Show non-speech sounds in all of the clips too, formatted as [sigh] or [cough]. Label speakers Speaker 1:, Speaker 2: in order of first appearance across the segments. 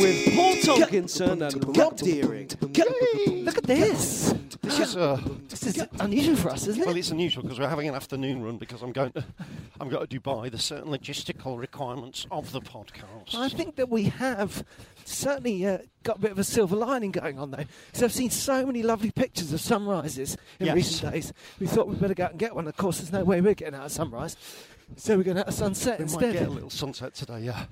Speaker 1: with Paul Tomkinson and Rob Deering.
Speaker 2: Look at this. This is,
Speaker 3: uh,
Speaker 2: this is unusual for us, isn't
Speaker 3: Well,
Speaker 2: it?
Speaker 3: it's unusual because we're having an afternoon run because I'm going to, I'm going to Dubai. There's certain logistical requirements of the podcast.
Speaker 2: I think that we have certainly uh, got a bit of a silver lining going on, though, because I've seen so many lovely pictures of sunrises in
Speaker 3: Yes.
Speaker 2: recent days. We thought we'd better go out and get one. Of course, there's no way we're getting out of sunrise, so we're going out of sunset
Speaker 3: we might
Speaker 2: instead.
Speaker 3: get a little sunset today. Yeah.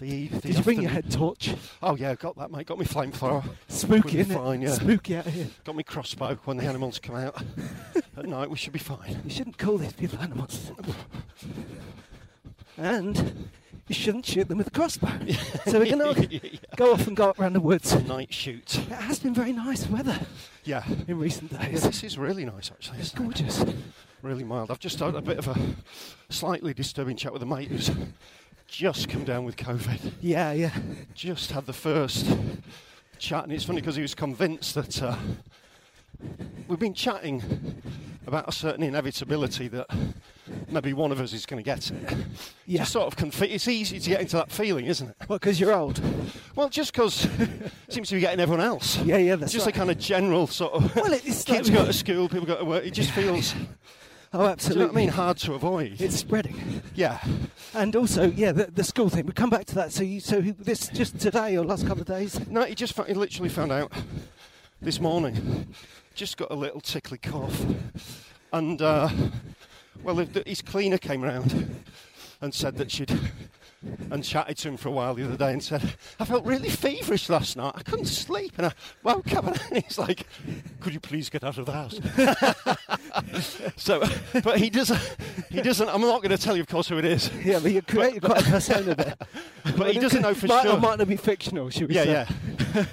Speaker 3: The, eve- the
Speaker 2: Did you bring your
Speaker 3: afternoon-
Speaker 2: head torch?
Speaker 3: Oh yeah, got that, mate. Got me flamethrower.
Speaker 2: Spooky,
Speaker 3: We'll be
Speaker 2: isn't
Speaker 3: fine,
Speaker 2: it?
Speaker 3: yeah.
Speaker 2: Spooky out here.
Speaker 3: Got me crossbow when the animals
Speaker 2: [laughs]
Speaker 3: come out at night. We should be fine.
Speaker 2: You shouldn't call these people animals. And you shouldn't shoot them with a crossbow. so we're
Speaker 3: [laughs]
Speaker 2: going to go off and go up around the woods.
Speaker 3: Night shoot.
Speaker 2: It has been very nice weather
Speaker 3: Yeah.
Speaker 2: in recent
Speaker 3: Yeah,
Speaker 2: days.
Speaker 3: this is really nice actually.
Speaker 2: It's
Speaker 3: isn't it?
Speaker 2: gorgeous.
Speaker 3: Really mild. I've just had a bit of a slightly disturbing chat with a mate who's just come down with COVID.
Speaker 2: Yeah, yeah.
Speaker 3: just had the first chat, and it's funny because he was convinced that uh, we've been chatting about a certain inevitability that maybe one of us is going to get it.
Speaker 2: Yeah.
Speaker 3: Just sort of confi- it's easy to get into that feeling, isn't it?
Speaker 2: What, because you're old?
Speaker 3: Well, just because seems to be getting everyone else.
Speaker 2: Yeah, yeah, that's
Speaker 3: just
Speaker 2: right.
Speaker 3: a kind of general sort of.
Speaker 2: Well, it's
Speaker 3: kids
Speaker 2: like-
Speaker 3: go to school, people go to work. It
Speaker 2: [laughs]
Speaker 3: just feels, do
Speaker 2: Oh,
Speaker 3: you know what I
Speaker 2: absolutely.
Speaker 3: mean, hard to avoid.
Speaker 2: It's spreading.
Speaker 3: yeah,
Speaker 2: And also, yeah, the, the school thing. We come back to that. So, you, so this just today or last couple of days?
Speaker 3: no, he just fa- he literally found out this morning. Just got a little tickly cough, and uh, well, the- the- his cleaner came round and said that she'd and chatted to him for a while the other day and said, "I felt really feverish last night. I couldn't sleep, and I woke up and [laughs] he's like, could you please get out of the house?'" [laughs] so, but he doesn't. He doesn't. I'm not going to tell you, of course, who it is.
Speaker 2: Yeah, but you created quite a persona there.
Speaker 3: But he doesn't know for
Speaker 2: might
Speaker 3: sure.
Speaker 2: Or might not be fictional, should we
Speaker 3: [laughs] Yeah,
Speaker 2: say?
Speaker 3: yeah.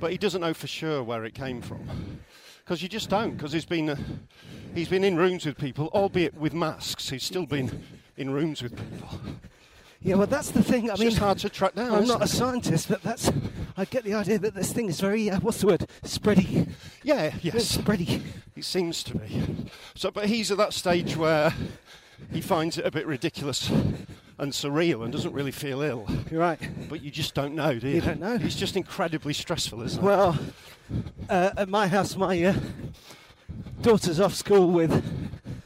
Speaker 3: but he doesn't know for sure where it came from, because you just don't. Because he's been uh, he's been in rooms with people, albeit with masks. He's still been in rooms with people.
Speaker 2: Yeah, well, that's the thing. I
Speaker 3: It's
Speaker 2: mean,
Speaker 3: just hard to track down.
Speaker 2: I'm
Speaker 3: isn't
Speaker 2: not a
Speaker 3: it?
Speaker 2: scientist, but that's. I get the idea that this thing is very, uh, what's the word? Spready.
Speaker 3: Yeah,
Speaker 2: It's
Speaker 3: yes,
Speaker 2: spready.
Speaker 3: it seems to be. So, but he's at that stage where he finds it a bit ridiculous and surreal, and doesn't really feel ill.
Speaker 2: You're right.
Speaker 3: But you just don't know, do you?
Speaker 2: You don't know.
Speaker 3: It's just incredibly stressful, isn't it?
Speaker 2: Well, uh, at my house, my uh, daughter's off school with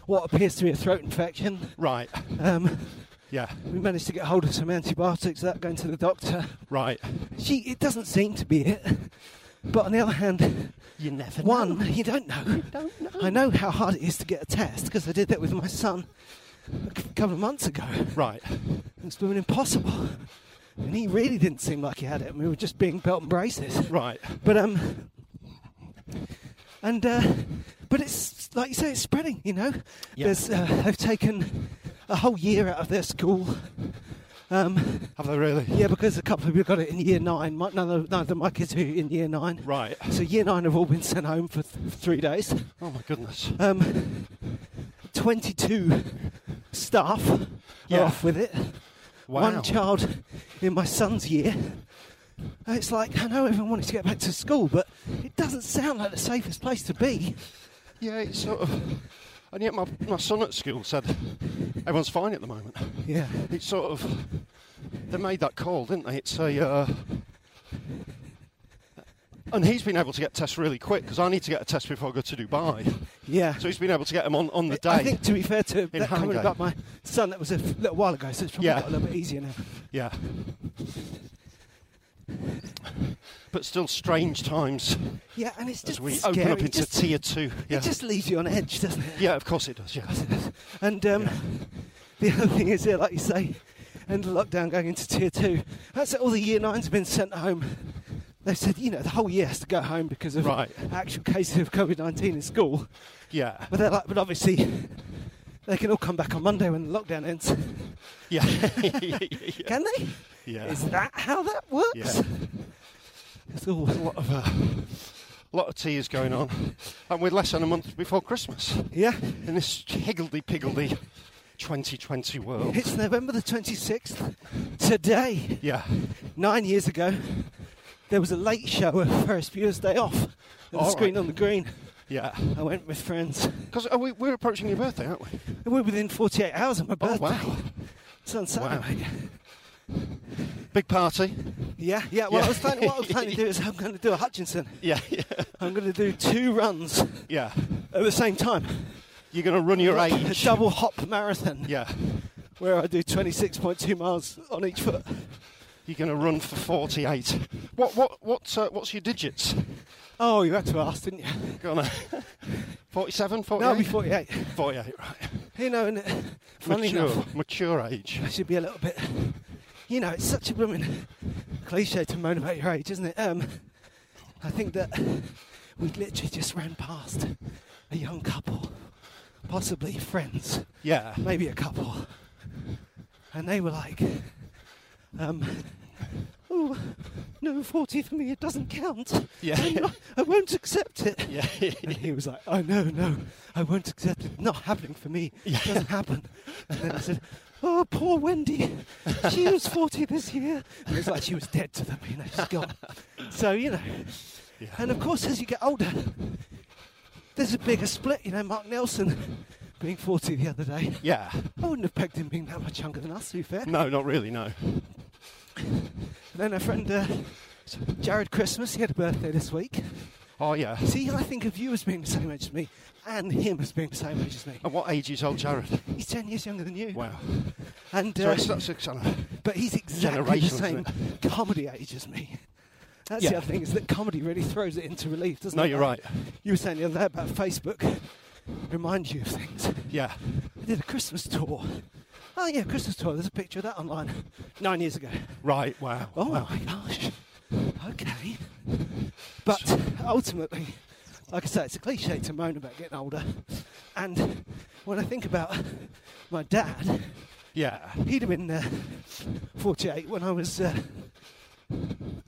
Speaker 2: what appears to be a throat infection.
Speaker 3: right.
Speaker 2: Um,
Speaker 3: Yeah.
Speaker 2: we managed to get hold of some antibiotics without going to the doctor.
Speaker 3: Right.
Speaker 2: She, it doesn't seem to be it. But on the other hand,
Speaker 3: You never
Speaker 2: one, you don't know. You
Speaker 3: don't know.
Speaker 2: I know how hard it is to get a test because I did that with my son a c- couple of months ago.
Speaker 3: Right.
Speaker 2: It's been impossible. And he really didn't seem like he had it. We were just being belt and braces.
Speaker 3: Right.
Speaker 2: But um, and uh, but it's like you say, it's spreading. You know,
Speaker 3: Yeah.
Speaker 2: there's uh, they've taken a whole year out of their school. Um,
Speaker 3: Have they really?
Speaker 2: yeah, because a couple of people got it in year nine. My, none of, none of my kids who in year nine.
Speaker 3: Right.
Speaker 2: So year nine have all been sent home for th- three days.
Speaker 3: Oh my goodness.
Speaker 2: Um, Twenty-two staff are
Speaker 3: Yeah.
Speaker 2: off with it.
Speaker 3: Wow.
Speaker 2: One child in my son's year. And It's like, I know everyone wants to get back to school, but it doesn't sound like the safest place to be.
Speaker 3: Yeah, it's sort of. And yet, my, my son at school said everyone's fine at the moment.
Speaker 2: Yeah.
Speaker 3: It's sort of. They made that call, didn't they? It's a. Uh, and he's been able to get tests really quick because I need to get a test before I go to Dubai.
Speaker 2: Yeah.
Speaker 3: So he's been able to get them on, on the day.
Speaker 2: I think, to be fair to that comment
Speaker 3: Hungary.
Speaker 2: about my son, that was a f- little while ago, so it's probably
Speaker 3: Yeah.
Speaker 2: got a little bit easier now.
Speaker 3: Yeah. But still, strange times
Speaker 2: Yeah, and it's
Speaker 3: as
Speaker 2: just
Speaker 3: we
Speaker 2: scary.
Speaker 3: open up
Speaker 2: It
Speaker 3: into
Speaker 2: just-
Speaker 3: tier two. Yeah.
Speaker 2: It just leaves you on edge, doesn't it?
Speaker 3: yeah, of course it does. Yeah.
Speaker 2: And um, the other thing is, yeah, like you say, end of lockdown going into tier two. That's it, all the year nines have been sent home. They said, you know, the whole year has to go home because of
Speaker 3: Right.
Speaker 2: actual cases of COVID 19 in school.
Speaker 3: [laughs] Yeah.
Speaker 2: But they're like, but obviously, they can all come back on Monday when the lockdown ends.
Speaker 3: [laughs] Yeah. yeah.
Speaker 2: Can they?
Speaker 3: Yeah.
Speaker 2: Is that how that works?
Speaker 3: Yeah.
Speaker 2: It's all,
Speaker 3: lot of uh, lot of tea is going on, and we're less than a month before Christmas
Speaker 2: yeah.
Speaker 3: in this higgledy piggledy 2020 world.
Speaker 2: It's November the 26th. Today,
Speaker 3: Yeah,
Speaker 2: nine years ago, there was a late show of Ferris Bueller's Day Off at the
Speaker 3: All right.
Speaker 2: screen on the green.
Speaker 3: yeah.
Speaker 2: I went with friends.
Speaker 3: Because uh, we, we're approaching your birthday, aren't we?
Speaker 2: We were within 48 hours of my
Speaker 3: Oh
Speaker 2: birthday.
Speaker 3: wow!
Speaker 2: It's on Saturday.
Speaker 3: Big party.
Speaker 2: Yeah, yeah. Well, I
Speaker 3: Yeah.
Speaker 2: was planning, what I was planning to do is I'm going to do a Hutchinson.
Speaker 3: Yeah, yeah,
Speaker 2: I'm going to do two runs at
Speaker 3: yeah.
Speaker 2: the same time.
Speaker 3: You're gonna run your
Speaker 2: A
Speaker 3: age.
Speaker 2: double hop marathon
Speaker 3: Yeah,
Speaker 2: where I do 26.2 miles on each foot.
Speaker 3: you're gonna run for 48. What what what? Uh, what's your digits?
Speaker 2: Oh, you had to ask, didn't you?
Speaker 3: Go on. [laughs] then. 47, 48.
Speaker 2: No, I'll be 48.
Speaker 3: 48. Right.
Speaker 2: You know, and uh, funnily
Speaker 3: Mature,
Speaker 2: enough,
Speaker 3: mature age.
Speaker 2: I should be a little bit. You know, it's such a blooming cliche to moan about your age, isn't it? Um, I think that we literally just ran past a young couple, possibly friends,
Speaker 3: Yeah.
Speaker 2: maybe a couple, and they were like, um, "Oh, no, forty for me, it doesn't count.
Speaker 3: Yeah.
Speaker 2: I'm not- I won't accept it."
Speaker 3: Yeah. [laughs]
Speaker 2: And he was like, "Oh no, no, I won't accept it. Not happening for me. It doesn't happen." And then I said, "Oh, poor Wendy. She was forty this year." And it's like she was dead to them. You know, she's gone. So you know, and of course, as you get older, there's a bigger split. You know, Mark Nelson being forty the other day.
Speaker 3: Yeah.
Speaker 2: I wouldn't have pegged him being that much younger than us. To be fair.
Speaker 3: No, not really. No.
Speaker 2: And then our friend uh, Jared Christmas, he had a birthday this week.
Speaker 3: Oh yeah.
Speaker 2: See, I think of you as being the same age as me, and him as being the same age as me.
Speaker 3: And what age is old Jared?
Speaker 2: [laughs] He's 10 years younger than you.
Speaker 3: Wow.
Speaker 2: And,
Speaker 3: So
Speaker 2: uh,
Speaker 3: it's, that's, it's,
Speaker 2: but he's exactly the
Speaker 3: generational,
Speaker 2: same
Speaker 3: isn't
Speaker 2: comedy age as me. That's the
Speaker 3: Yeah.
Speaker 2: other thing, is that comedy really throws it into relief, doesn't
Speaker 3: no,
Speaker 2: it?
Speaker 3: you're right.
Speaker 2: You were saying the other day about Facebook reminds you of things.
Speaker 3: Yeah.
Speaker 2: I did a Christmas tour. Oh, yeah, Christmas tour. There's a picture of that online. Nine years ago.
Speaker 3: Right. Wow.
Speaker 2: Oh
Speaker 3: wow.
Speaker 2: my gosh. Okay. But ultimately, like I say, it's a cliche to moan about getting older. And when I think about my dad,
Speaker 3: Yeah.
Speaker 2: he'd have been uh, 48 when I was uh,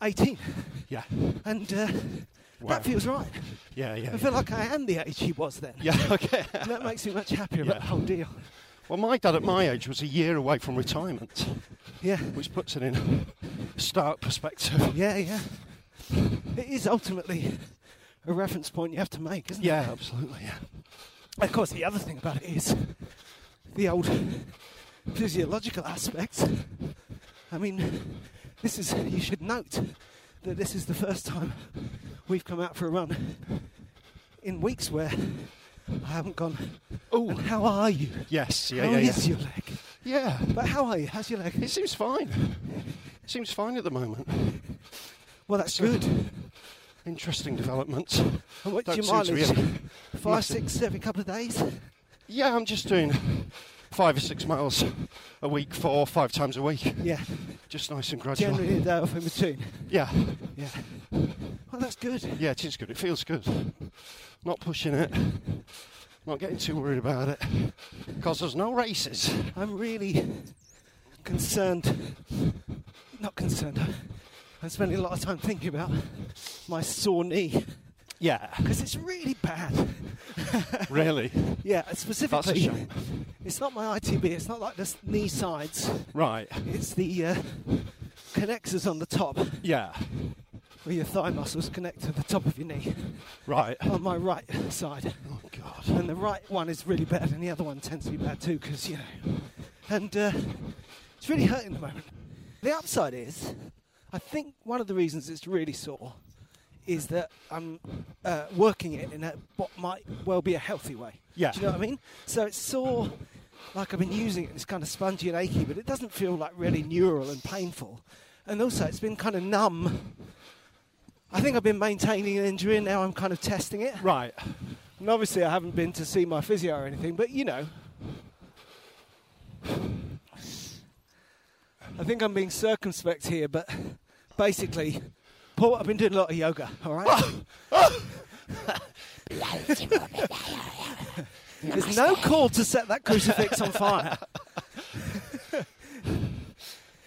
Speaker 2: 18.
Speaker 3: Yeah.
Speaker 2: And uh,
Speaker 3: Wow.
Speaker 2: that feels right.
Speaker 3: Yeah. Yeah.
Speaker 2: I feel like I am the age he was then.
Speaker 3: yeah. [laughs] Okay.
Speaker 2: And that makes me much happier about
Speaker 3: Yeah.
Speaker 2: the whole deal.
Speaker 3: Well, my dad at my age was a year away from retirement,
Speaker 2: Yeah.
Speaker 3: which puts it in stark perspective.
Speaker 2: Yeah, yeah. It is ultimately a reference point you have to make, isn't it?
Speaker 3: Yeah. Absolutely. Yeah.
Speaker 2: Of course, the other thing about it is the old physiological aspects. I mean, this is, you should note that this is the first time we've come out for a run in weeks where I haven't gone, oh, and how are you?
Speaker 3: Yes. Yeah.
Speaker 2: how
Speaker 3: yeah.
Speaker 2: is
Speaker 3: Yeah.
Speaker 2: your leg?
Speaker 3: yeah.
Speaker 2: But how are you? How's your
Speaker 3: It
Speaker 2: leg?
Speaker 3: seems fine. It seems fine at the moment.
Speaker 2: Well, that's
Speaker 3: So-
Speaker 2: good.
Speaker 3: Interesting developments.
Speaker 2: And what's
Speaker 3: Don't
Speaker 2: your
Speaker 3: seem to be
Speaker 2: mileage?
Speaker 3: any-
Speaker 2: Five,
Speaker 3: nothing.
Speaker 2: six, every couple of days?
Speaker 3: Yeah, I'm just doing five or six miles a week, four, five times a week.
Speaker 2: Yeah,
Speaker 3: Just nice and gradual.
Speaker 2: generally a day off in between.
Speaker 3: Yeah,
Speaker 2: Yeah. Well, that's good.
Speaker 3: yeah, it is good. It feels good. Not pushing it. Not getting too worried about it. Because there's no races.
Speaker 2: I'm really concerned. Not concerned. I'm spending a lot of time thinking about my sore knee
Speaker 3: [laughs] Yeah.
Speaker 2: because it's really bad.
Speaker 3: really?
Speaker 2: Yeah, specifically,
Speaker 3: shame.
Speaker 2: it's not my ITB. It's not like the s- knee sides.
Speaker 3: Right.
Speaker 2: It's the uh, connectors on the top,
Speaker 3: Yeah.
Speaker 2: where your thigh muscles connect to the top of your knee.
Speaker 3: Right.
Speaker 2: On my right side,
Speaker 3: Oh, God.
Speaker 2: and the right one is really bad, and the other one tends to be bad too, because you know, and uh, it's really hurting at the moment. The upside is, I think one of the reasons it's really sore is that I'm uh, working it in a, what might well be a healthy way.
Speaker 3: Yeah.
Speaker 2: Do you know what I mean? So it's sore, like I've been using it, and it's kind of spongy and achy, but it doesn't feel like really neural and painful. And also, it's been kind of numb. I think I've been maintaining an injury, and now I'm kind of testing it.
Speaker 3: Right.
Speaker 2: And obviously, I haven't been to see my physio or anything, but you know. I think I'm being circumspect here, but basically, Paul, I've been doing a lot of yoga, all right? There's no call to set that crucifix on fire.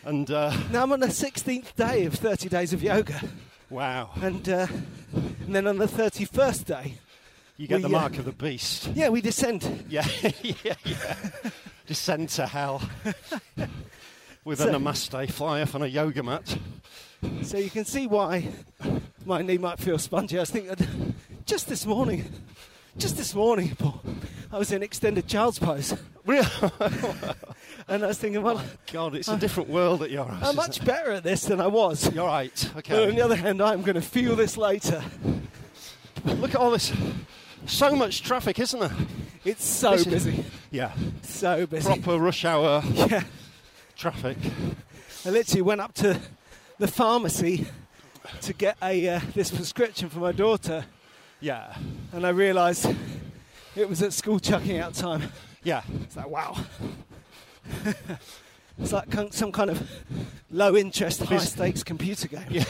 Speaker 3: And, uh,
Speaker 2: Now I'm on the 16th day of 30 days of yoga,
Speaker 3: wow.
Speaker 2: and, uh, and then on the 31st day,
Speaker 3: You get
Speaker 2: We,
Speaker 3: the
Speaker 2: uh,
Speaker 3: mark of the beast.
Speaker 2: yeah, we descend.
Speaker 3: Yeah, [laughs] yeah, yeah. Descend to hell [laughs] with
Speaker 2: So-
Speaker 3: a namaste fly off on a yoga mat.
Speaker 2: So you can see why my knee might feel spongy. I was thinking, just this morning, just this morning, Paul, I was in extended child's pose.
Speaker 3: Real
Speaker 2: And I was thinking, well,
Speaker 3: God, it's a different world that you're at.
Speaker 2: I'm much better at this than I was.
Speaker 3: You're right.
Speaker 2: But on the
Speaker 3: Okay.
Speaker 2: other hand, I'm going to feel this later.
Speaker 3: Look at all this. So much traffic, isn't there?
Speaker 2: It's so
Speaker 3: This is-
Speaker 2: busy,
Speaker 3: Yeah.
Speaker 2: so busy.
Speaker 3: Proper rush hour
Speaker 2: Yeah.
Speaker 3: traffic.
Speaker 2: I literally went up to the pharmacy to get a uh, this prescription for my daughter,
Speaker 3: Yeah.
Speaker 2: and I realised it was at school chucking out time.
Speaker 3: Yeah. [laughs]
Speaker 2: It's like, wow. [laughs] it's like con- some kind of low interest, high stakes computer game.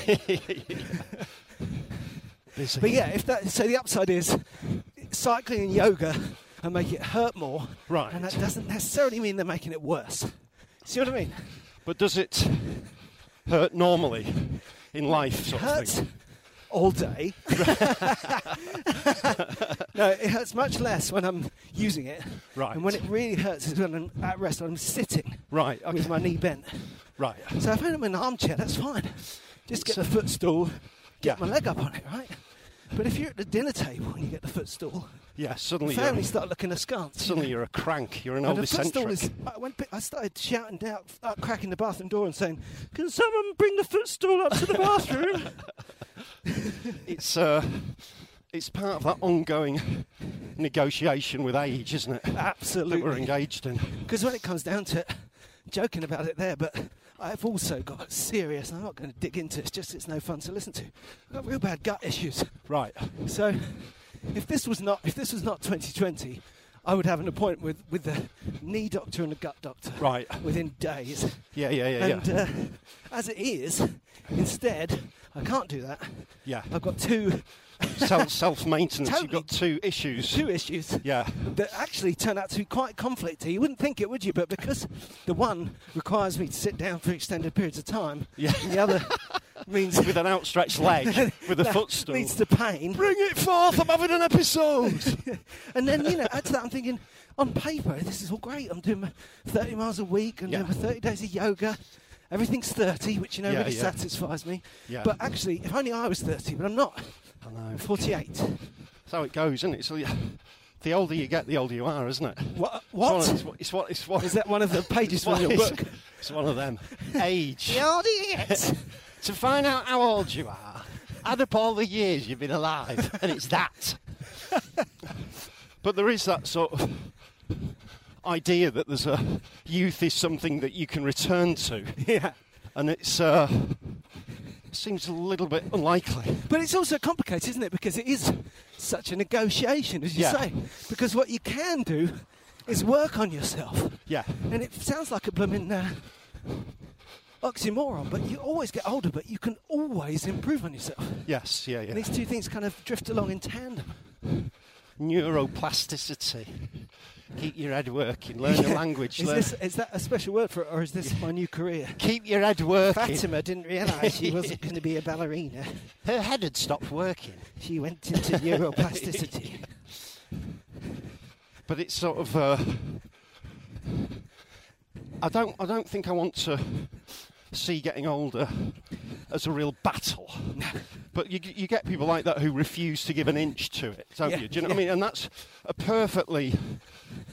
Speaker 3: Busy.
Speaker 2: But yeah, if that so the upside is cycling and yoga and make it hurt more.
Speaker 3: Right.
Speaker 2: And that doesn't necessarily mean they're making it worse. See what I mean?
Speaker 3: But does it hurt normally in life?
Speaker 2: It
Speaker 3: Sort of
Speaker 2: hurts
Speaker 3: thing?
Speaker 2: all day. [laughs] no, it hurts much less when I'm using it.
Speaker 3: Right.
Speaker 2: And when it really hurts is when I'm at rest, I'm sitting
Speaker 3: Right. Okay.
Speaker 2: with my knee bent.
Speaker 3: Right.
Speaker 2: So if I'm in an armchair, that's fine. Just get the footstool, get
Speaker 3: Yeah.
Speaker 2: my leg up on it, right? But if you're at the dinner table and you get the footstool,
Speaker 3: Yeah.
Speaker 2: the
Speaker 3: Suddenly,
Speaker 2: family
Speaker 3: you're,
Speaker 2: start looking askance.
Speaker 3: suddenly you're a crank. You're an
Speaker 2: and the
Speaker 3: old
Speaker 2: footstool
Speaker 3: eccentric.
Speaker 2: is. I, went, I started shouting out, uh, cracking the bathroom door and saying, Can someone bring the footstool up to the bathroom?
Speaker 3: It's uh, it's part of that ongoing negotiation with age, isn't it? That we're
Speaker 2: Absolutely.
Speaker 3: engaged in.
Speaker 2: Because when it comes down to it, joking about it there, but I've also got serious, and I'm not going to dig into it, it's just it's no fun to listen to. I've got real bad gut issues.
Speaker 3: Right.
Speaker 2: So, if this was not if this was not 2020, I would have an appointment with with the knee doctor and the gut doctor
Speaker 3: Right.
Speaker 2: within days.
Speaker 3: Yeah. Yeah. Yeah.
Speaker 2: and
Speaker 3: yeah.
Speaker 2: Uh, as it is, instead, I can't do that.
Speaker 3: yeah. [laughs]
Speaker 2: I've got two
Speaker 3: Self self maintenance. You've
Speaker 2: Totally.
Speaker 3: got two issues.
Speaker 2: two issues
Speaker 3: Yeah.
Speaker 2: that actually turn out to be quite conflicty. You wouldn't think it, would you? But because the one requires me to sit down for extended periods of time,
Speaker 3: Yeah.
Speaker 2: and the
Speaker 3: [laughs]
Speaker 2: other means
Speaker 3: With an [laughs] outstretched leg, with
Speaker 2: [laughs]
Speaker 3: a
Speaker 2: that
Speaker 3: footstool.
Speaker 2: leads to pain.
Speaker 3: Bring it forth! I'm having an episode.
Speaker 2: And then, you know, add to that, I'm thinking, on paper, this is all great. I'm doing my 30 miles a week, I'm
Speaker 3: Yeah.
Speaker 2: doing my 30 days of yoga. Everything's 30, which, you know,
Speaker 3: Yeah,
Speaker 2: really
Speaker 3: yeah.
Speaker 2: satisfies me.
Speaker 3: Yeah.
Speaker 2: But actually, if only I was 30, but I'm not.
Speaker 3: [laughs] I know.
Speaker 2: I'm 48.
Speaker 3: That's how it goes, isn't it? So yeah, the older you get, the older you are, isn't it?
Speaker 2: What?
Speaker 3: It's
Speaker 2: what?
Speaker 3: one of- It's what? It's what?
Speaker 2: Is that one of the pages from
Speaker 3: what
Speaker 2: your
Speaker 3: is- [laughs]
Speaker 2: book?
Speaker 3: It's one of them. Age.
Speaker 2: older you get,
Speaker 3: To find out how old you are, add up all the years you've been alive, and it's that. but there is that sort of idea that there's a youth is something that you can return to,
Speaker 2: [laughs] yeah.
Speaker 3: and it's uh, seems a little bit unlikely.
Speaker 2: But it's also complicated, isn't it? Because it is such a negotiation, as you
Speaker 3: Yeah.
Speaker 2: say. Because what you can do is work on yourself.
Speaker 3: Yeah.
Speaker 2: And it sounds like a blooming uh, oxymoron, but you always get older, but you can always improve on yourself.
Speaker 3: Yes. Yeah. Yeah.
Speaker 2: And these two things kind of drift along in tandem.
Speaker 3: neuroplasticity. Keep your head working. Learn a language.
Speaker 2: Is,
Speaker 3: learn.
Speaker 2: this, is that a special word for it, or is this my new career?
Speaker 3: Keep your head working.
Speaker 2: Fatima didn't realise she wasn't going to be a ballerina.
Speaker 3: Her head had stopped working.
Speaker 2: She went
Speaker 3: [laughs]
Speaker 2: into neuroplasticity.
Speaker 3: but it's sort of uh, I don't I don't think I want to see getting older as a real battle. But you g- you get people like that who refuse to give an inch to it, don't
Speaker 2: Yeah,
Speaker 3: you? Do you know
Speaker 2: yeah.
Speaker 3: what I mean? And that's a perfectly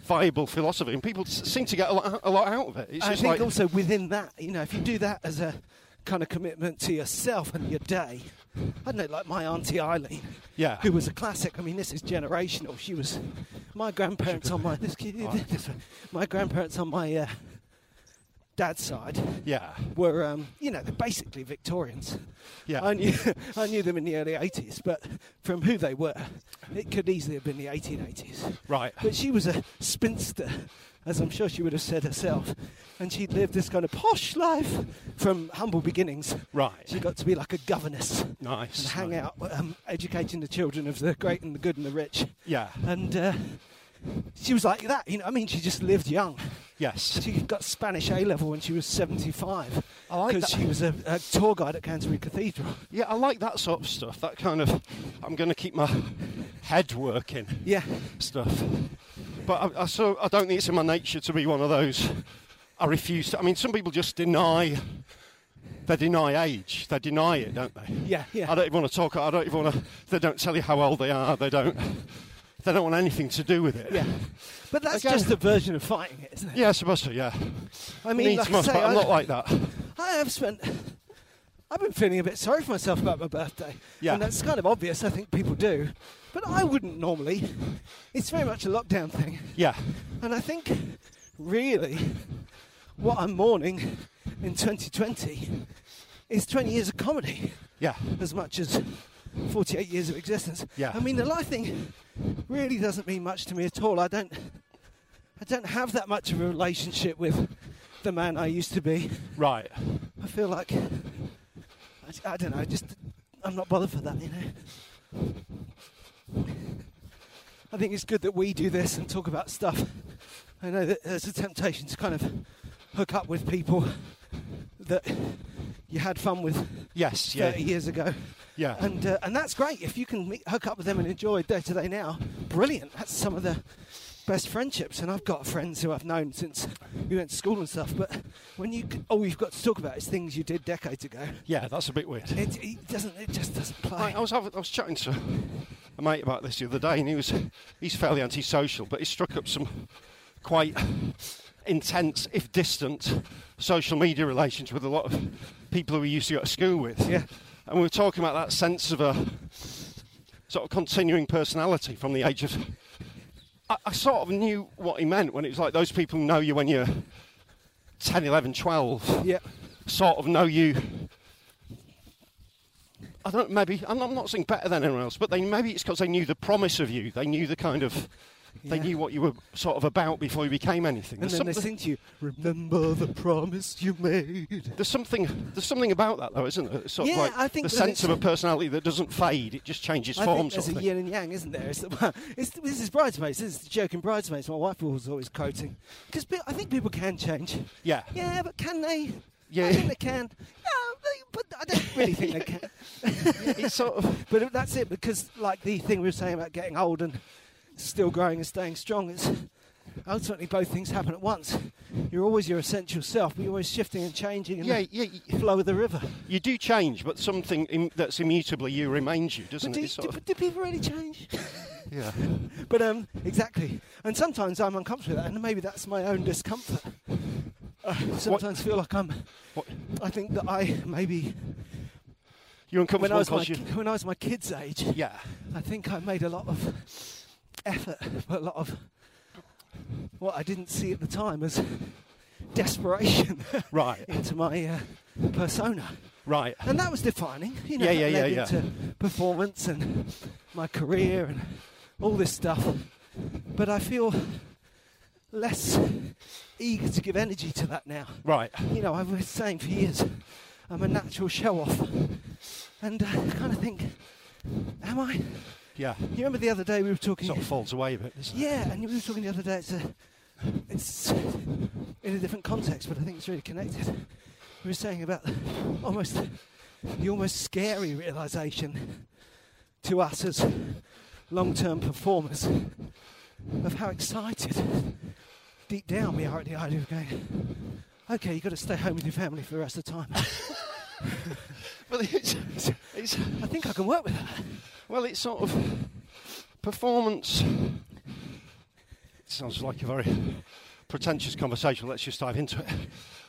Speaker 3: viable philosophy, and people s- seem to get a lot, a lot out of it. It's
Speaker 2: I
Speaker 3: just
Speaker 2: think
Speaker 3: like,
Speaker 2: also within that, you know, if you do that as a kind of commitment to yourself and your day, I don't know, like my auntie Eileen,
Speaker 3: Yeah.
Speaker 2: who was a classic. I mean, this is generational. She was my grandparents on my this, kid- this- my grandparents on my uh, dad's side
Speaker 3: yeah,
Speaker 2: were, um, you know, they're basically Victorians.
Speaker 3: yeah,
Speaker 2: I knew [laughs] I knew them in the early 80s, but from who they were, it could easily have been the 1880s.
Speaker 3: right,
Speaker 2: But she was a spinster, as I'm sure she would have said herself, and she lived this kind of posh life from humble beginnings.
Speaker 3: right,
Speaker 2: She got to be like a governess
Speaker 3: nice,
Speaker 2: and hang out, um, educating the children of the great and the good and the rich.
Speaker 3: Yeah,
Speaker 2: And uh, she was like that, you know. I mean, she just lived young.
Speaker 3: yes,
Speaker 2: She got Spanish A level when she was 75
Speaker 3: I like
Speaker 2: because
Speaker 3: that.
Speaker 2: she was a, a tour guide at Canterbury Cathedral.
Speaker 3: yeah. I like that sort of stuff. That kind of I'm going to keep my head working.
Speaker 2: Yeah,
Speaker 3: stuff. But I, I, so I don't think it's in my nature to be one of those. I refuse to. I mean, some people just deny. They deny age. They deny it, don't they?
Speaker 2: yeah, yeah.
Speaker 3: I don't even want to talk. I don't even want to. They don't tell you how old they are. They don't. They don't want anything to do with it.
Speaker 2: yeah. But that's
Speaker 3: Again-
Speaker 2: just a version of fighting it, isn't it?
Speaker 3: Yeah, I suppose so. Yeah.
Speaker 2: I mean,
Speaker 3: Needs
Speaker 2: like I
Speaker 3: must,
Speaker 2: say,
Speaker 3: but I'm
Speaker 2: I-
Speaker 3: not like that.
Speaker 2: I have spent. I've been feeling a bit sorry for myself about my birthday.
Speaker 3: Yeah.
Speaker 2: And that's kind of obvious, I think people do. But I wouldn't normally. It's very much a lockdown thing.
Speaker 3: Yeah.
Speaker 2: And I think, really, what I'm mourning in 2020 is 20 years of comedy
Speaker 3: Yeah.
Speaker 2: as much as 48 years of existence.
Speaker 3: Yeah.
Speaker 2: I mean, the life thing really doesn't mean much to me at all. I don't, I don't have that much of a relationship with the man I used to be.
Speaker 3: Right.
Speaker 2: I feel like I, I don't know. Just I'm not bothered for that, you know. I think it's good that we do this and talk about stuff. I know that there's a temptation to kind of hook up with people that you had fun with
Speaker 3: Yes.
Speaker 2: 30
Speaker 3: Yeah.
Speaker 2: years ago,
Speaker 3: Yeah.
Speaker 2: and uh, and that's great if you can meet, hook up with them and enjoy day to day now. Brilliant. That's some of the best friendships, and I've got friends who I've known since we went to school and stuff. But when you c- all you've got to talk about is things you did decades ago.
Speaker 3: yeah. That's a bit weird.
Speaker 2: It, it doesn't. It just doesn't
Speaker 3: I,
Speaker 2: play.
Speaker 3: I was having, I was chatting to a mate about this the other day, and he was he's fairly antisocial, but he struck up some quite intense, if distant, social media relations with a lot of people who he used to go to school with.
Speaker 2: Yeah.
Speaker 3: and we were talking about that sense of a sort of continuing personality from the age of. I, I sort of knew what he meant when it was like those people who know you when you're 10, 11, 12
Speaker 2: Yeah.
Speaker 3: sort of know you. I don't. Maybe I'm not, I'm not saying better than anyone else, but they maybe it's because they knew the promise of you. They knew the kind of. They
Speaker 2: Yeah.
Speaker 3: knew what you were sort of about before you became anything.
Speaker 2: And
Speaker 3: There's
Speaker 2: then they
Speaker 3: something-
Speaker 2: sing to you, remember the promise you made.
Speaker 3: there's something. There's something about that, though, isn't there? It's Sort of
Speaker 2: Yeah,
Speaker 3: like
Speaker 2: I think
Speaker 3: the
Speaker 2: that
Speaker 3: sense of a
Speaker 2: it's-
Speaker 3: personality that doesn't fade. It just changes
Speaker 2: I
Speaker 3: form.
Speaker 2: think there's
Speaker 3: sort
Speaker 2: a
Speaker 3: of thing.
Speaker 2: yin and yang, isn't there? It's, the- it's, this is bridesmaids. This is the joke in bridesmaids. My wife was always quoting because I think people can change.
Speaker 3: Yeah.
Speaker 2: Yeah, but can they?
Speaker 3: Yeah.
Speaker 2: I think they can. No, they, but I don't really think they
Speaker 3: [laughs]
Speaker 2: can. [laughs]
Speaker 3: it's sort of.
Speaker 2: But that's it because, like the thing we were saying about getting old and still growing and staying strong, it's ultimately both things happen at once. You're always your essential self, but you're always shifting and changing. And
Speaker 3: Yeah,
Speaker 2: the
Speaker 3: yeah. y-
Speaker 2: Flow of the river.
Speaker 3: You do change, but something im- that's immutably you remains you, doesn't
Speaker 2: But do,
Speaker 3: it? It's
Speaker 2: do,
Speaker 3: sort of,
Speaker 2: but do people really change?
Speaker 3: yeah.
Speaker 2: But um, exactly. And sometimes I'm uncomfortable with that, and maybe that's my own discomfort. I sometimes feel like I'm.
Speaker 3: What-
Speaker 2: I think that I maybe
Speaker 3: You're
Speaker 2: when I
Speaker 3: uncomfortable
Speaker 2: was my,
Speaker 3: because you.
Speaker 2: ki- when I was my kid's age,
Speaker 3: Yeah.
Speaker 2: I think I made a lot of effort, but a lot of what I didn't see at the time as desperation
Speaker 3: Right.
Speaker 2: [laughs] into my uh, persona,
Speaker 3: Right.
Speaker 2: and that was defining. You know,
Speaker 3: Yeah,
Speaker 2: that
Speaker 3: yeah,
Speaker 2: led
Speaker 3: yeah, yeah.
Speaker 2: into performance and my career and all this stuff. But I feel less eager to give energy to that now.
Speaker 3: Right.
Speaker 2: You know, I've been saying for years, I'm a natural show-off, and I kind of think, am I?
Speaker 3: Yeah.
Speaker 2: You remember the other day we were talking.
Speaker 3: Sort of falls away a bit. doesn't it?
Speaker 2: Yeah, and we were talking the other day. It's, a, it's in a different context, but I think it's really connected. We were saying about almost the almost scary realization to us as long-term performers of how excited deep down we are at the idea of going. Okay, you've got to stay home with your family for the rest of the time.
Speaker 3: Well, it's, it's, it's
Speaker 2: I think I can work with that.
Speaker 3: well, it's sort of performance. It sounds like a very pretentious conversation. Let's just dive into it.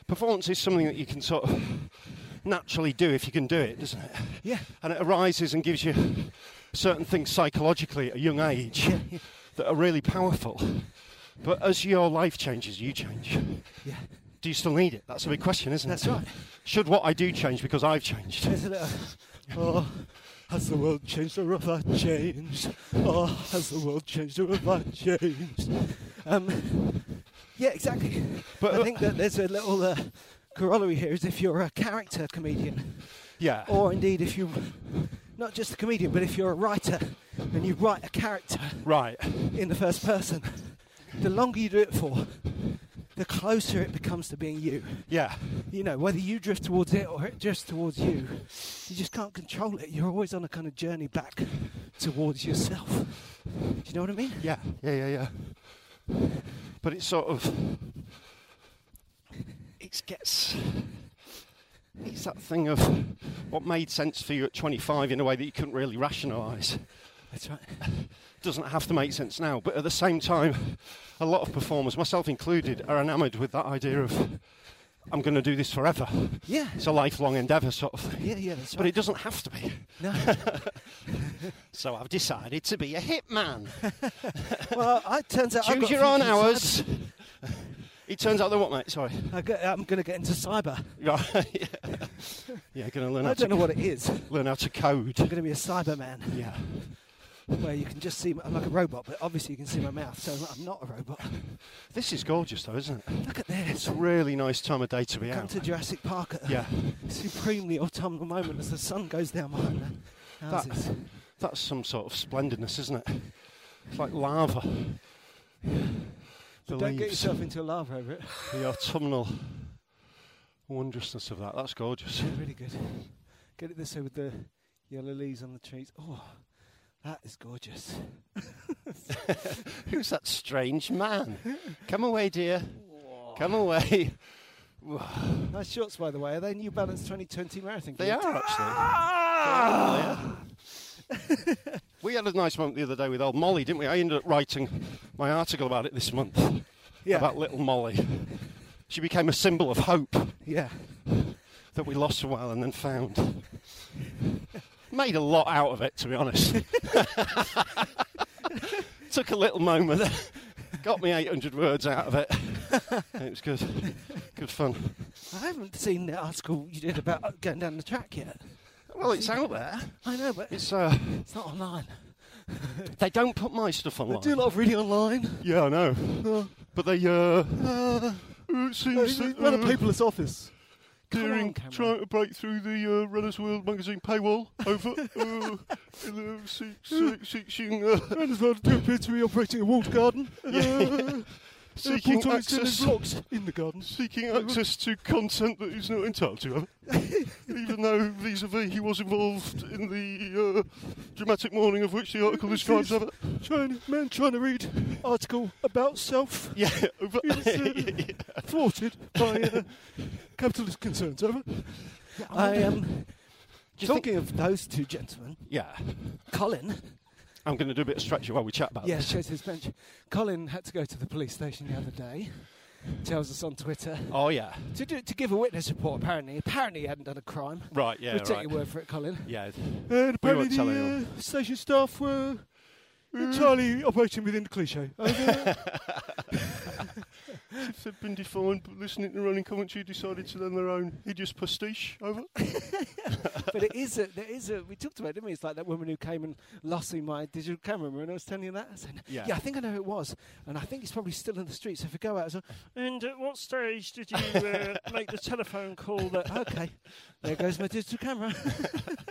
Speaker 3: Performance is something that you can sort of naturally do if you can do it, doesn't it?
Speaker 2: Yeah.
Speaker 3: And it arises and gives you certain things psychologically at a young age that are really powerful. But as your life changes, you change.
Speaker 2: [laughs] Yeah.
Speaker 3: Do you still need it? That's a big question, isn't
Speaker 2: That's
Speaker 3: it?
Speaker 2: right.
Speaker 3: Should what I do change because I've changed?
Speaker 2: There's a little, oh, has the world changed or have I changed? Oh, has the world changed or have I changed? Um, yeah, exactly.
Speaker 3: But-
Speaker 2: I think that there's a little uh, corollary here is if you're a character comedian,
Speaker 3: Yeah.
Speaker 2: or indeed if you, not just a comedian, but if you're a writer and you write a character
Speaker 3: Right.
Speaker 2: in the first person, the longer you do it for, the closer it becomes to being you
Speaker 3: Yeah.
Speaker 2: you know, whether you drift towards it or it drifts towards you, you just can't control it. You're always on a kind of journey back towards yourself. Do you know what I mean?
Speaker 3: Yeah, yeah, yeah, yeah. But it's sort of it gets it's that thing of what made sense for you at 25 in a way that you couldn't really rationalise
Speaker 2: That's right.
Speaker 3: doesn't have to make sense now. But at the same time, a lot of performers, myself included, are enamoured with that idea of I'm going to do this forever.
Speaker 2: Yeah.
Speaker 3: It's a lifelong endeavour sort of thing.
Speaker 2: Yeah, yeah, that's
Speaker 3: But
Speaker 2: right.
Speaker 3: it doesn't have to be.
Speaker 2: No.
Speaker 3: So I've decided to be a hitman.
Speaker 2: well, I, it turns out I've
Speaker 3: Choose
Speaker 2: got
Speaker 3: your own
Speaker 2: fucking
Speaker 3: hours. It turns out that what, mate? Sorry. [laughs]
Speaker 2: cyber- I go- I'm going to get into cyber.
Speaker 3: Right. yeah. yeah, going to learn
Speaker 2: I
Speaker 3: how to
Speaker 2: don't know what it is. I'm
Speaker 3: learn how to code.
Speaker 2: going to be a cyberman,
Speaker 3: Yeah.
Speaker 2: where you can just see. I'm like a robot, but obviously you can see my mouth, so I'm not a robot.
Speaker 3: This is gorgeous, though, isn't it?
Speaker 2: Look at this.
Speaker 3: It's a really nice time of day to be
Speaker 2: Come
Speaker 3: out.
Speaker 2: to Jurassic Park at a
Speaker 3: yeah,
Speaker 2: supremely autumnal moment as the sun goes down behind the
Speaker 3: That-
Speaker 2: houses.
Speaker 3: that's some sort of splendidness, isn't it? It's like lava. The
Speaker 2: Don't get
Speaker 3: leaves,
Speaker 2: yourself into a lava over it.
Speaker 3: the autumnal wondrousness of that.
Speaker 2: [laughs]
Speaker 3: That's gorgeous.
Speaker 2: Really good. Get it this way with the yellow leaves on the trees. Oh, that is gorgeous.
Speaker 3: Who's that strange man? Come away, dear. Come away.
Speaker 2: Nice shorts, by the way. Are they New Balance 2020 marathon?
Speaker 3: They
Speaker 2: gear?
Speaker 3: are actually. Ah! We had a nice moment the other day with old Molly, didn't we? I ended up writing my article about it this month
Speaker 2: Yeah.
Speaker 3: about little Molly. She became a symbol of hope
Speaker 2: Yeah.
Speaker 3: that we lost a while and then found. Made a lot out of it, to be honest. [laughs] Took a little moment, got me 800 words out of it. It was good, good fun.
Speaker 2: I haven't seen the article you did about going down the track yet.
Speaker 3: Well, it's out there.
Speaker 2: I know, but it's,
Speaker 3: It's uh,
Speaker 2: it's not online.
Speaker 3: they don't put my stuff online.
Speaker 2: I do a lot of reading online.
Speaker 3: Yeah, I know. But they uh,
Speaker 2: Uh,
Speaker 3: it seems that,
Speaker 2: run a
Speaker 3: uh,
Speaker 2: paperless office. Come
Speaker 3: Deering
Speaker 2: on, Cameron.
Speaker 3: trying to break through the uh, Runners World magazine paywall. [laughs] Over. uh, in the six, six, seeking, uh,
Speaker 2: Runners World do appear to be operating a walled garden.
Speaker 3: [laughs] yeah. seeking access,
Speaker 2: blocks in the garden.
Speaker 3: seeking access to content that he's not entitled to, [laughs] have. even though vis-a-vis he was involved in the uh, dramatic morning of which the article describes. Have.
Speaker 2: Trying, man trying to read article about self.
Speaker 3: [laughs] Yeah, over.
Speaker 2: uh, thwarted by uh, capitalist concerns. Over. I um, am
Speaker 3: you
Speaker 2: talking of those two gentlemen.
Speaker 3: [laughs] yeah,
Speaker 2: Colin,
Speaker 3: I'm going to do a bit of stretching while we chat about
Speaker 2: yeah, shows his bench. Colin had to go to the police station the other day. Tells us on Twitter
Speaker 3: Oh yeah,
Speaker 2: to do, to give a witness report. Apparently, apparently he hadn't done a crime.
Speaker 3: right. Yeah,
Speaker 2: we'll take your word for it, Colin.
Speaker 3: Yeah,
Speaker 2: And
Speaker 3: We won't tell anyone.
Speaker 2: uh, station staff were Mm. [laughs] entirely operating within the cliche. Over.
Speaker 4: if they've been defined, but listening to running commentary, decided to learn their own hideous pastiche. Over.
Speaker 2: but it is a, there is a, we talked about it, didn't we? It's like that woman who came and lost me my digital camera. Remember, I was telling you that? I said,
Speaker 4: Yeah.
Speaker 2: I think I know who it was. And I think it's probably still in the streets. So if we go out, it's like, and at what stage did you [laughs] uh, make the telephone call that, okay, there goes my digital camera. [laughs]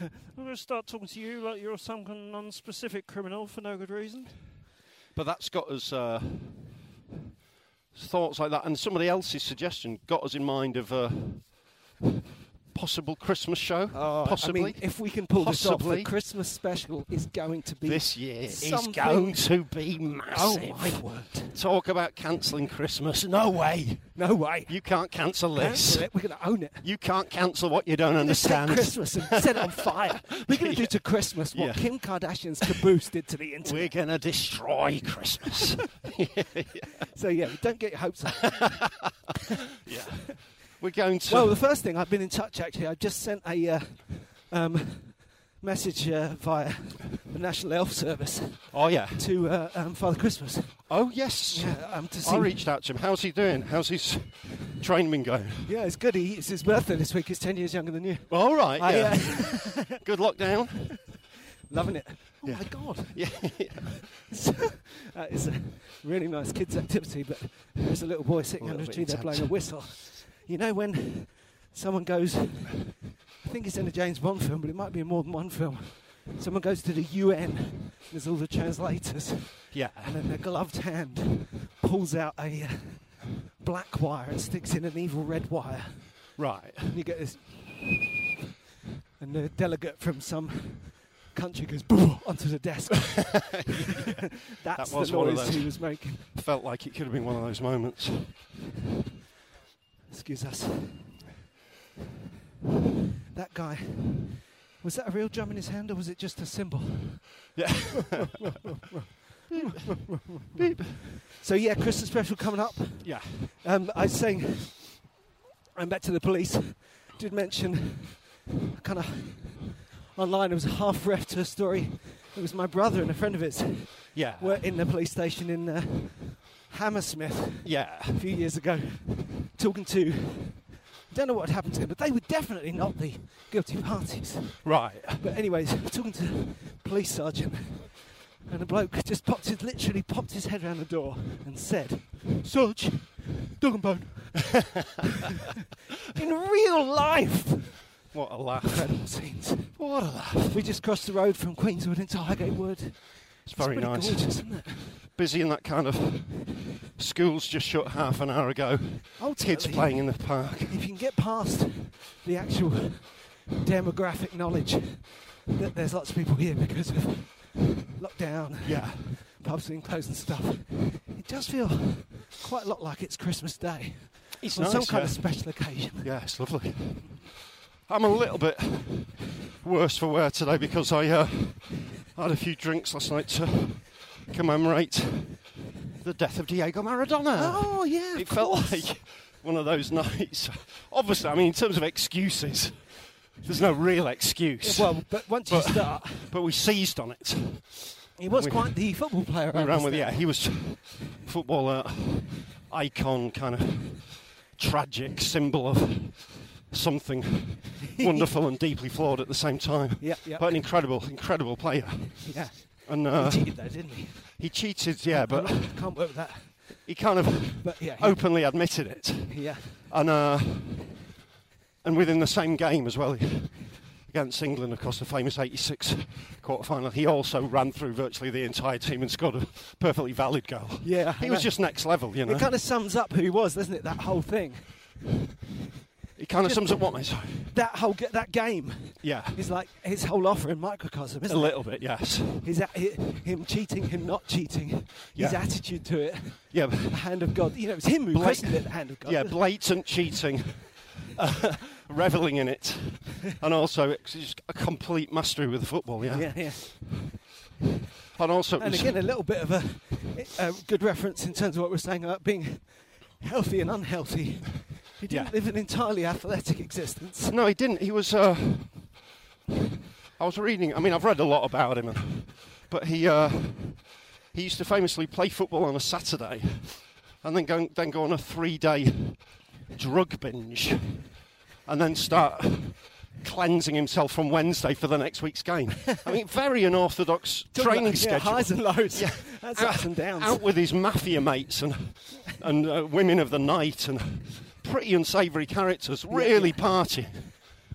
Speaker 2: I'm going to start talking to you like you're some kind of non specific criminal for no good reason.
Speaker 4: But that's got us uh, thoughts like that, and somebody else's suggestion got us in mind of a possible Christmas show, possibly
Speaker 2: Oh, I mean, if we can pull this off,
Speaker 4: Oh, Possibly.
Speaker 2: the Christmas special is going to be
Speaker 4: this year
Speaker 2: something-
Speaker 4: is going to be
Speaker 2: Oh
Speaker 4: massive.
Speaker 2: my word!
Speaker 4: Talk about cancelling Christmas. No way.
Speaker 2: No way!
Speaker 4: You can't cancel this.
Speaker 2: Cancel it. We're going to own it.
Speaker 4: You can't cancel what you don't understand.
Speaker 2: Take Christmas and set it on fire. We're going to do to Christmas what
Speaker 4: Yeah.
Speaker 2: Kim Kardashian's caboose did to the internet.
Speaker 4: We're going to destroy
Speaker 2: [laughs]
Speaker 4: Christmas.
Speaker 2: So yeah, don't get your hopes
Speaker 4: [laughs]
Speaker 2: up.
Speaker 4: yeah. We're going to.
Speaker 2: well, the first thing I've been in touch actually. I've just sent a uh, um, message uh, via the National Health Service
Speaker 4: oh, yeah.
Speaker 2: to uh, um, Father Christmas.
Speaker 4: Oh, yes.
Speaker 2: Yeah, um, to see.
Speaker 4: I reached out to him. How's he doing? How's his training been going?
Speaker 2: Yeah, it's good. He, it's his birthday this week. He's ten years younger than you.
Speaker 4: All right.
Speaker 2: I,
Speaker 4: yeah.
Speaker 2: uh,
Speaker 4: Good lockdown.
Speaker 2: loving it. Oh
Speaker 4: Yeah.
Speaker 2: my god.
Speaker 4: [laughs]
Speaker 2: [laughs]
Speaker 4: Yeah.
Speaker 2: Uh, it's a really nice kids' activity, but there's a little boy sitting
Speaker 4: A little
Speaker 2: under a
Speaker 4: bit
Speaker 2: tree there
Speaker 4: intense.
Speaker 2: blowing a whistle. You know when someone goes, I think it's in a James Bond film, but it might be in more than one film. Someone goes to the UN, there's all the translators,
Speaker 4: yeah.
Speaker 2: and then their gloved hand pulls out a uh, black wire and sticks in an evil red wire.
Speaker 4: Right.
Speaker 2: And you get this. And the delegate from some country goes [laughs] boom onto the
Speaker 4: [laughs]
Speaker 2: desk. That's
Speaker 4: was
Speaker 2: the
Speaker 4: one of
Speaker 2: noise
Speaker 4: those.
Speaker 2: he was making.
Speaker 4: Felt like it could have been one of those moments.
Speaker 2: Excuse us. That guy. Was that a real drum in his hand or was it just a symbol? [laughs]
Speaker 4: Yeah.
Speaker 2: So yeah, Christmas special coming up.
Speaker 4: yeah.
Speaker 2: Um, I sang. I'm back to the police. Did mention, kind of, online. It was half ref to a story. It was my brother and a friend of his
Speaker 4: Yeah.
Speaker 2: were in the police station in uh, Hammersmith.
Speaker 4: yeah.
Speaker 2: a few years ago talking to don't know what had happened to them, but they were definitely not the guilty parties.
Speaker 4: Right.
Speaker 2: But anyways, talking to the police sergeant and a bloke just popped his literally popped his head around the door and said, Sarge, dog and
Speaker 4: [laughs]
Speaker 2: bone. In real life
Speaker 4: What a laugh.
Speaker 2: incredible scenes.
Speaker 4: What a laugh.
Speaker 2: We just crossed the road from Queenswood into Highgate Wood.
Speaker 4: It's very
Speaker 2: pretty
Speaker 4: nice.
Speaker 2: gorgeous, isn't it?
Speaker 4: Busy in that kind of. Schools just shut half an hour ago.
Speaker 2: Oh,
Speaker 4: Kids
Speaker 2: totally.
Speaker 4: playing in the park.
Speaker 2: if you can get past the actual demographic knowledge that there's lots of people here because of lockdown,
Speaker 4: Yeah.
Speaker 2: pubs being closed and stuff, it does feel quite a lot like it's Christmas Day.
Speaker 4: It's
Speaker 2: on
Speaker 4: nice,
Speaker 2: some kind
Speaker 4: yeah.
Speaker 2: of special occasion.
Speaker 4: Yeah, it's lovely. I'm a little bit worse for wear today because I uh, had a few drinks last night to [laughs] commemorate the death of Diego Maradona.
Speaker 2: Oh yeah,
Speaker 4: it
Speaker 2: of
Speaker 4: felt
Speaker 2: course.
Speaker 4: like one of those nights. Obviously, I mean, in terms of excuses, there's no real excuse.
Speaker 2: Well, but once you start,
Speaker 4: but we seized on it.
Speaker 2: he was
Speaker 4: we-
Speaker 2: quite the football player.
Speaker 4: We
Speaker 2: I
Speaker 4: ran with yeah.
Speaker 2: understand.
Speaker 4: He was footballer icon, kind of tragic symbol of something
Speaker 2: [laughs]
Speaker 4: wonderful and deeply flawed at the same time.
Speaker 2: Yeah, yeah.
Speaker 4: But an incredible, incredible player.
Speaker 2: Yeah,
Speaker 4: And uh,
Speaker 2: he cheated though, didn't he?
Speaker 4: he cheated, yeah, but
Speaker 2: I can't work with that.
Speaker 4: he kind of
Speaker 2: But yeah, he-
Speaker 4: openly admitted it.
Speaker 2: yeah.
Speaker 4: And uh, and within the same game as well. he- Against England, of course, the famous 86 quarter final, he also ran through virtually the entire team and scored a perfectly valid goal.
Speaker 2: Yeah, I
Speaker 4: He was
Speaker 2: know.
Speaker 4: just next level, you know.
Speaker 2: It kind of sums up who he was, doesn't it? That whole thing,
Speaker 4: It kind of sums up what my sorry.
Speaker 2: that whole ge- that game.
Speaker 4: Yeah.
Speaker 2: It's like his whole offer in microcosm,
Speaker 4: A
Speaker 2: isn't it?
Speaker 4: little bit, yes.
Speaker 2: His, a- hi- him cheating, him not cheating, his
Speaker 4: Yeah.
Speaker 2: attitude to it,
Speaker 4: Yeah. b-
Speaker 2: the hand of God. You know, it was him who
Speaker 4: Blat-
Speaker 2: questioned it, the hand of God.
Speaker 4: Yeah,
Speaker 3: [laughs]
Speaker 4: blatant cheating.
Speaker 3: uh,
Speaker 4: reveling in it. And also it's just a complete mastery with the football, yeah.
Speaker 2: yeah, yeah.
Speaker 4: And also it
Speaker 2: And
Speaker 4: was-
Speaker 2: again, a little bit of a, a good reference in terms of what we're saying about being healthy and unhealthy. He didn't
Speaker 4: Yeah.
Speaker 2: live an entirely athletic existence. [laughs]
Speaker 4: No, he didn't. He was uh, I was reading I mean I've read a lot about him and, but he uh, he used to famously play football on a Saturday.
Speaker 3: and then go, then go on a three day drug binge and then start cleansing himself from Wednesday for the next week's game. I mean,
Speaker 2: [laughs]
Speaker 3: very unorthodox training
Speaker 2: yeah,
Speaker 3: schedule.
Speaker 2: highs and lows. That's ups and downs.
Speaker 3: Out with his mafia mates and and uh, women of the night and [laughs] pretty unsavoury characters, really party.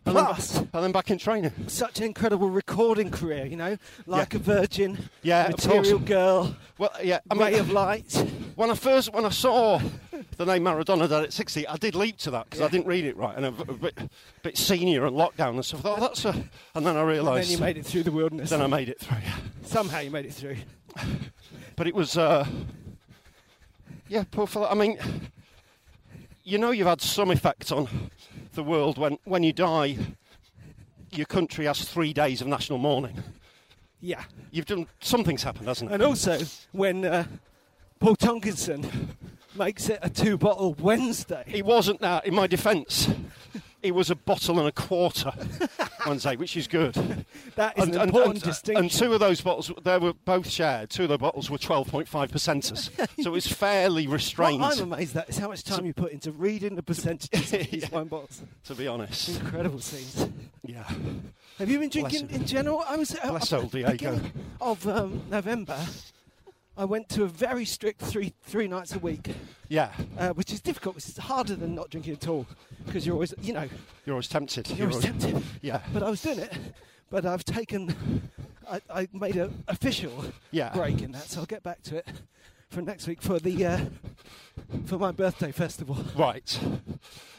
Speaker 3: And then, ba-
Speaker 2: Plus-
Speaker 3: and then back in training.
Speaker 2: Such an incredible recording career, you know, like a virgin,
Speaker 3: Yeah, of course.
Speaker 2: material girl,
Speaker 3: Well, yeah, I
Speaker 2: ray
Speaker 3: mean,
Speaker 2: of
Speaker 3: [laughs]
Speaker 2: light.
Speaker 3: when I first when I saw the name Maradona dead at 60, I did leap to that because I didn't read it right and I'm a bit, bit senior and lockdown and stuff. I thought, oh, that's a, and then
Speaker 2: And
Speaker 3: I
Speaker 2: then
Speaker 3: realised.
Speaker 2: you made it through the wilderness.
Speaker 3: Then I made it through. yeah.
Speaker 2: Somehow you made it through.
Speaker 3: But it was, uh, yeah, poor fella. I mean, you know, you've had some effect on the world when, when you die. Your country has three days of national mourning.
Speaker 2: Yeah.
Speaker 3: You've done something's happened, hasn't it?
Speaker 2: And also, when uh, Paul Tonkinson makes it a two bottle Wednesday.
Speaker 3: It wasn't that. In my defence, it was a bottle and a quarter
Speaker 2: [laughs]
Speaker 3: Wednesday, which is good.
Speaker 2: That is an important distinction.
Speaker 3: And two of those bottles, they were both shared. Two of the bottles were 12.5 percenters, so it was
Speaker 2: [laughs]
Speaker 3: fairly
Speaker 2: What
Speaker 3: restrained.
Speaker 2: I'm amazed at is how much time you put into reading the percentages of these
Speaker 3: [laughs] Yeah.
Speaker 2: wine bottles.
Speaker 3: to be honest,
Speaker 2: Incredible scenes.
Speaker 3: yeah.
Speaker 2: Have you been
Speaker 3: Bless
Speaker 2: drinking
Speaker 3: him.
Speaker 2: in general? I was at
Speaker 3: Bless
Speaker 2: at
Speaker 3: old
Speaker 2: the
Speaker 3: Diego.
Speaker 2: beginning of um, November. I went to a very strict three three nights a week,
Speaker 3: Yeah,
Speaker 2: uh, which is difficult. Which is harder than not drinking at all because you're always, you know,
Speaker 3: you're always tempted.
Speaker 2: you're always tempted.
Speaker 3: Yeah,
Speaker 2: But I was doing it. But I've taken, I, I made a official
Speaker 3: Yeah.
Speaker 2: break in that, so I'll get back to it for next week for the uh, for my birthday festival.
Speaker 3: right.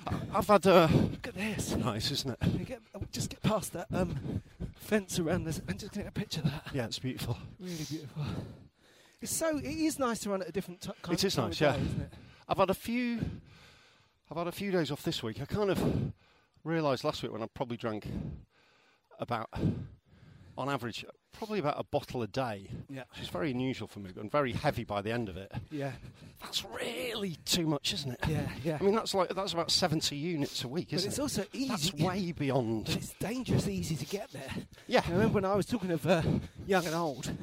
Speaker 3: I- I've had a
Speaker 2: Look at this.
Speaker 3: nice, isn't
Speaker 2: Can
Speaker 3: it?
Speaker 2: you Get, oh, just get past that um, fence around this. I'm just going to get a picture of that.
Speaker 3: Yeah, it's beautiful.
Speaker 2: Really beautiful. It's so. It is nice to run at a different t- kind.
Speaker 3: It
Speaker 2: of
Speaker 3: is
Speaker 2: time
Speaker 3: nice,
Speaker 2: of day,
Speaker 3: yeah.
Speaker 2: Isn't it?
Speaker 3: I've had a few. I've had a few days off this week. I kind of realised last week when I probably drank about, on average, probably about a bottle a day,
Speaker 2: Yeah.
Speaker 3: which is very unusual for me and very heavy by the end of it.
Speaker 2: Yeah.
Speaker 3: That's really too much, isn't it?
Speaker 2: Yeah. Yeah.
Speaker 3: I mean, that's like that's about seventy units a week,
Speaker 2: but
Speaker 3: isn't
Speaker 2: it's
Speaker 3: it?
Speaker 2: also easy.
Speaker 3: that's
Speaker 2: but
Speaker 3: way beyond.
Speaker 2: It's dangerously easy to get there.
Speaker 3: Yeah.
Speaker 2: I remember when I was talking of uh, young and old.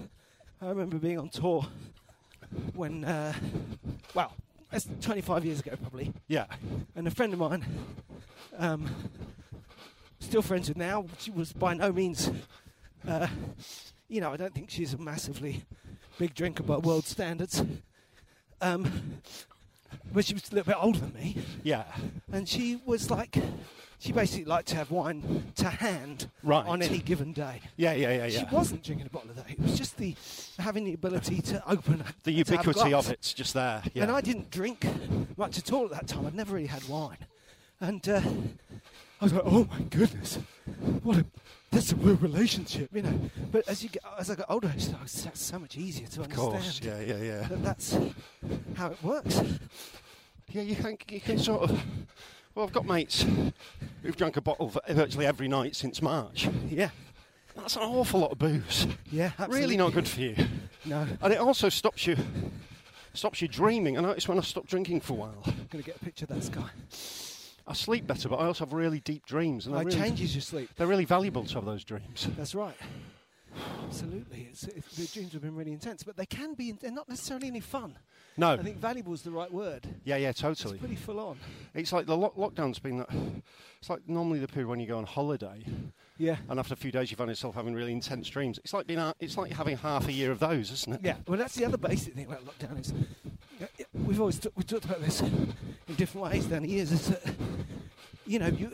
Speaker 2: I remember being on tour when, uh, well, that's 25 years ago probably,
Speaker 3: Yeah.
Speaker 2: and a friend of mine, um, still friends with now, she was by no means, uh, you know, I don't think she's a massively big drinker by world standards. Um, but she was a little bit older than me,
Speaker 3: Yeah.
Speaker 2: and she was like, she basically liked to have wine to hand
Speaker 3: Right.
Speaker 2: on any given day.
Speaker 3: Yeah. Yeah. Yeah. Yeah.
Speaker 2: She wasn't drinking a bottle of that. It was just the having the ability to open a-
Speaker 3: the
Speaker 2: to have a
Speaker 3: ubiquity
Speaker 2: glass.
Speaker 3: of it's just there. Yeah.
Speaker 2: And I didn't drink much at all at that time. I'd never really had wine, and uh, I was like, "Oh my goodness, what a that's a real relationship," you know. But as you get, as I got older, it's like, "Oh, that's so much easier to
Speaker 3: Of
Speaker 2: understand.
Speaker 3: course. Yeah. Yeah. Yeah.
Speaker 2: That that's how it works.
Speaker 3: Yeah, you can, you can sort of. Well, I've got mates who've drunk a bottle vi- virtually every night since March.
Speaker 2: Yeah,
Speaker 3: That's an awful lot of booze.
Speaker 2: yeah. absolutely.
Speaker 3: Really not good for you.
Speaker 2: No, I'm
Speaker 3: And it also stops you stops you dreaming. I noticed when I stopped drinking for a while,
Speaker 2: gonna get a picture of that sky.
Speaker 3: I sleep better, but I also have really deep dreams. And
Speaker 2: Oh,
Speaker 3: I
Speaker 2: it
Speaker 3: really,
Speaker 2: changes your sleep.
Speaker 3: They're really valuable to have those dreams.
Speaker 2: That's right. Absolutely. It's, it's, the dreams have been really intense, but they can be, they're not necessarily any fun.
Speaker 3: No.
Speaker 2: I think valuable is the right word.
Speaker 3: Yeah, yeah,
Speaker 2: It's
Speaker 3: totally.
Speaker 2: pretty full on.
Speaker 3: It's like the lock lockdown's been that. It's like normally the period when you go on holiday,
Speaker 2: Yeah.
Speaker 3: and after a few days you find yourself having really intense dreams. It's like being. out- It's like having half a year of those, isn't it?
Speaker 2: Yeah. Well, that's the other basic thing about lockdown is yeah, yeah, we've always t- we talked about this in different ways down the years. Is that you know you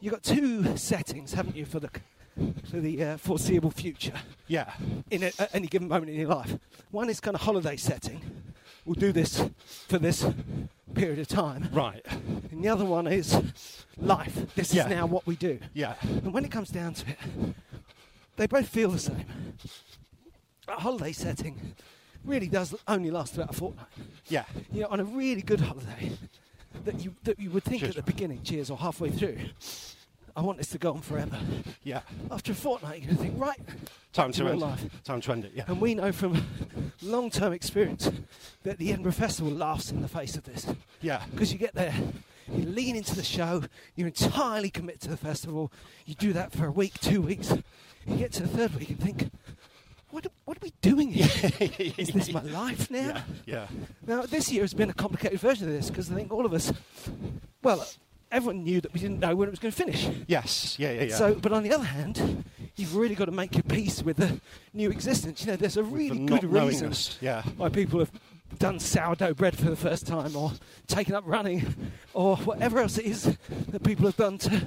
Speaker 2: you got two settings, haven't you, for the c- for the uh, foreseeable future
Speaker 3: Yeah.
Speaker 2: in a, at any given moment in your life. One is kind of holiday setting. We'll do this for this period of time.
Speaker 3: Right.
Speaker 2: And the other one is life. This
Speaker 3: Yeah.
Speaker 2: is now what we do.
Speaker 3: Yeah.
Speaker 2: And when it comes down to it, they both feel the same. A holiday setting really does only last about a fortnight.
Speaker 3: Yeah.
Speaker 2: You know, on a really good holiday that you that you would think
Speaker 3: Cheers.
Speaker 2: at the beginning, cheers, or halfway through, I want this to go on forever.
Speaker 3: Yeah.
Speaker 2: After a fortnight, you're going to think, right,
Speaker 3: Time
Speaker 2: to
Speaker 3: to
Speaker 2: real
Speaker 3: end.
Speaker 2: life.
Speaker 3: Time to end it. Yeah.
Speaker 2: and we know from [laughs] long-term experience that the Edinburgh Festival laughs in the face of this.
Speaker 3: Yeah.
Speaker 2: Because you get there, you lean into the show, you're entirely committed to the festival. You do that for a week, two weeks. You get to the third week and think, what, what are we doing
Speaker 3: [laughs]
Speaker 2: here? Is this my life now?
Speaker 3: Yeah, yeah.
Speaker 2: Now, this year has been a complicated version of this because I think all of us, well, everyone knew that we didn't know when it was going to finish.
Speaker 3: Yes, yeah, yeah, yeah.
Speaker 2: So, but on the other hand, you've really got to make your peace with the new existence. You know, there's a
Speaker 3: With the
Speaker 2: really
Speaker 3: not
Speaker 2: good
Speaker 3: knowing
Speaker 2: reason
Speaker 3: us, Yeah,
Speaker 2: why people have done sourdough bread for the first time or taken up running or whatever else it is that people have done to,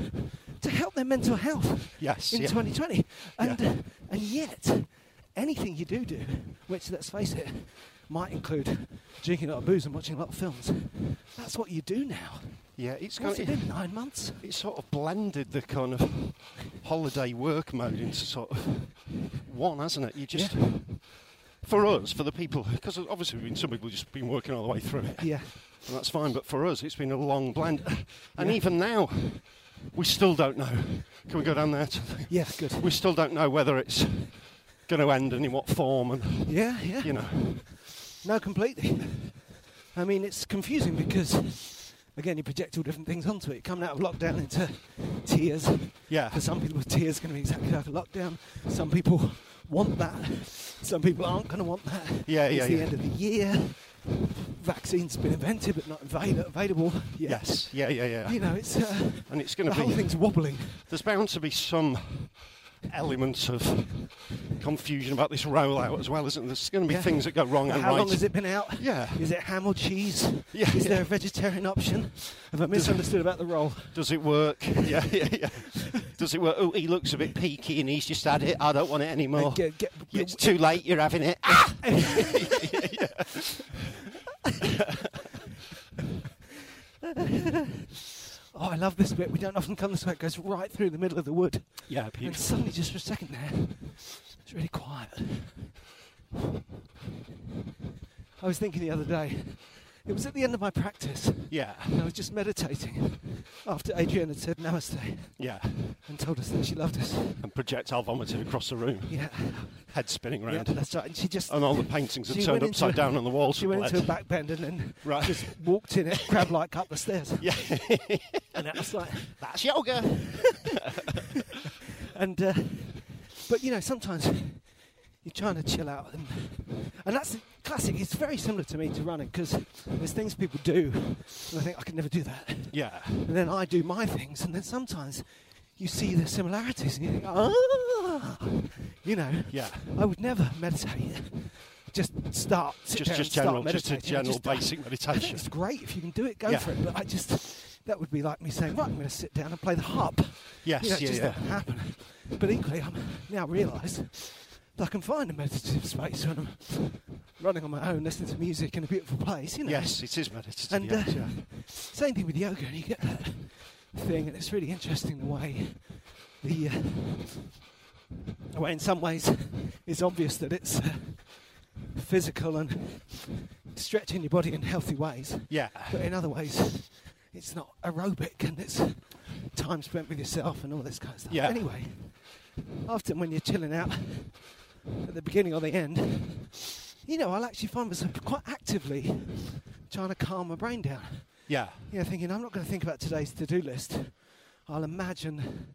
Speaker 2: to help their mental health
Speaker 3: yes,
Speaker 2: in
Speaker 3: yeah.
Speaker 2: 2020. And,
Speaker 3: Yeah.
Speaker 2: and yet, anything you do do, which let's face it, might include drinking a lot of booze and watching a lot of films, that's what you do now.
Speaker 3: yeah. It's
Speaker 2: What's
Speaker 3: kind
Speaker 2: it
Speaker 3: of, it,
Speaker 2: been, nine months?
Speaker 3: it sort of blended the kind of holiday work mode into sort of one, hasn't it? You just for us, for the people, because obviously we've been, some people just been working all the way through it.
Speaker 2: Yeah.
Speaker 3: and that's fine. But for us, it's been a long blend, and
Speaker 2: Yeah.
Speaker 3: even now, we still don't know. Can we go down there? To the-
Speaker 2: Yeah, good.
Speaker 3: we still don't know whether it's going to end and in what form, and
Speaker 2: Yeah, yeah.
Speaker 3: you know,
Speaker 2: No, completely. [laughs] I mean, it's confusing because, again, you project all different things onto it. Coming out of lockdown into tears.
Speaker 3: yeah,
Speaker 2: [laughs] For some people, tears are going to be exactly like a lockdown. Some people want that. Some people aren't going to want that.
Speaker 3: Yeah,
Speaker 2: it's
Speaker 3: yeah,
Speaker 2: the
Speaker 3: yeah.
Speaker 2: end of the year. Vaccine's been invented but not avail- available. yet.
Speaker 3: yes, yeah, yeah, yeah.
Speaker 2: You know, it's uh,
Speaker 3: and it's going
Speaker 2: the
Speaker 3: to
Speaker 2: whole
Speaker 3: be.
Speaker 2: thing's wobbling.
Speaker 3: There's bound to be some element of confusion about this rollout as well, isn't there? There's going to be
Speaker 2: Yeah.
Speaker 3: things that go wrong and
Speaker 2: How
Speaker 3: right.
Speaker 2: long has it been out?
Speaker 3: Yeah. [laughs]
Speaker 2: Is it ham or cheese?
Speaker 3: Yeah,
Speaker 2: Is
Speaker 3: yeah.
Speaker 2: there a vegetarian option? Have I misunderstood about the roll?
Speaker 3: Does it work? yeah, yeah, yeah. Does it work? Oh, he looks a bit peaky and he's just had it. I don't want it anymore.
Speaker 2: Get- get-
Speaker 3: Yeah, it's too late. You're having it. Ah!
Speaker 2: [laughs] Oh, I love this bit. We don't often come this way. It goes right through the middle of the wood.
Speaker 3: Yeah,
Speaker 2: And suddenly, just for a second there, it's really quiet. I was thinking the other day, it was at the end of my practice,
Speaker 3: Yeah,
Speaker 2: and I was just meditating after Adrienne had said namaste
Speaker 3: yeah.
Speaker 2: and told us that she loved us.
Speaker 3: And projectile vomited across the room,
Speaker 2: Yeah,
Speaker 3: head spinning
Speaker 2: yeah
Speaker 3: round.
Speaker 2: that's right. And she just.
Speaker 3: And all the paintings had
Speaker 2: She
Speaker 3: turned
Speaker 2: went into
Speaker 3: upside down on the walls.
Speaker 2: she
Speaker 3: had
Speaker 2: went into a
Speaker 3: bled.
Speaker 2: back bend and then
Speaker 3: Right.
Speaker 2: just walked in it, crab like up the stairs.
Speaker 3: [laughs] Yeah,
Speaker 2: And that was like,
Speaker 3: that's yoga.
Speaker 2: and uh, but you know sometimes [laughs] you're trying to chill out and, and that's the classic it's very similar to me to running because there's things people do and i think i can never do that and
Speaker 3: Yeah,
Speaker 2: then i do my things and then sometimes you see the similarities and you think ah you know
Speaker 3: yeah.
Speaker 2: i would never meditate just start sit
Speaker 3: Just,
Speaker 2: down
Speaker 3: just
Speaker 2: and start
Speaker 3: general, just a
Speaker 2: meditating. I
Speaker 3: general
Speaker 2: just- [laughs]
Speaker 3: basic
Speaker 2: I think
Speaker 3: meditation.
Speaker 2: it's great if you can do it go
Speaker 3: Yeah.
Speaker 2: for it but i just that would be like me saying right i'm going to sit down and play the harp
Speaker 3: Yes,
Speaker 2: you know, it
Speaker 3: yeah,
Speaker 2: just uh,
Speaker 3: yeah.
Speaker 2: doesn't happen. But equally, I'm now realised that I can find a meditative space when I'm running on my own, listening to music in a beautiful place. You know,
Speaker 3: Yes, it is meditative.
Speaker 2: And,
Speaker 3: yes,
Speaker 2: uh,
Speaker 3: yeah.
Speaker 2: same thing with yoga, and you get that thing, and it's really interesting the way the uh, the way in some ways it's obvious that it's uh, physical and stretching your body in healthy ways,
Speaker 3: yeah,
Speaker 2: but in other ways it's not aerobic and it's time spent with yourself and all this kind of stuff.
Speaker 3: Yeah.
Speaker 2: Anyway, often when you're chilling out at the beginning or the end, you know, I'll actually find myself quite actively trying to calm my brain down.
Speaker 3: yeah,
Speaker 2: You know, thinking I'm not going to think about today's to-do list. I'll imagine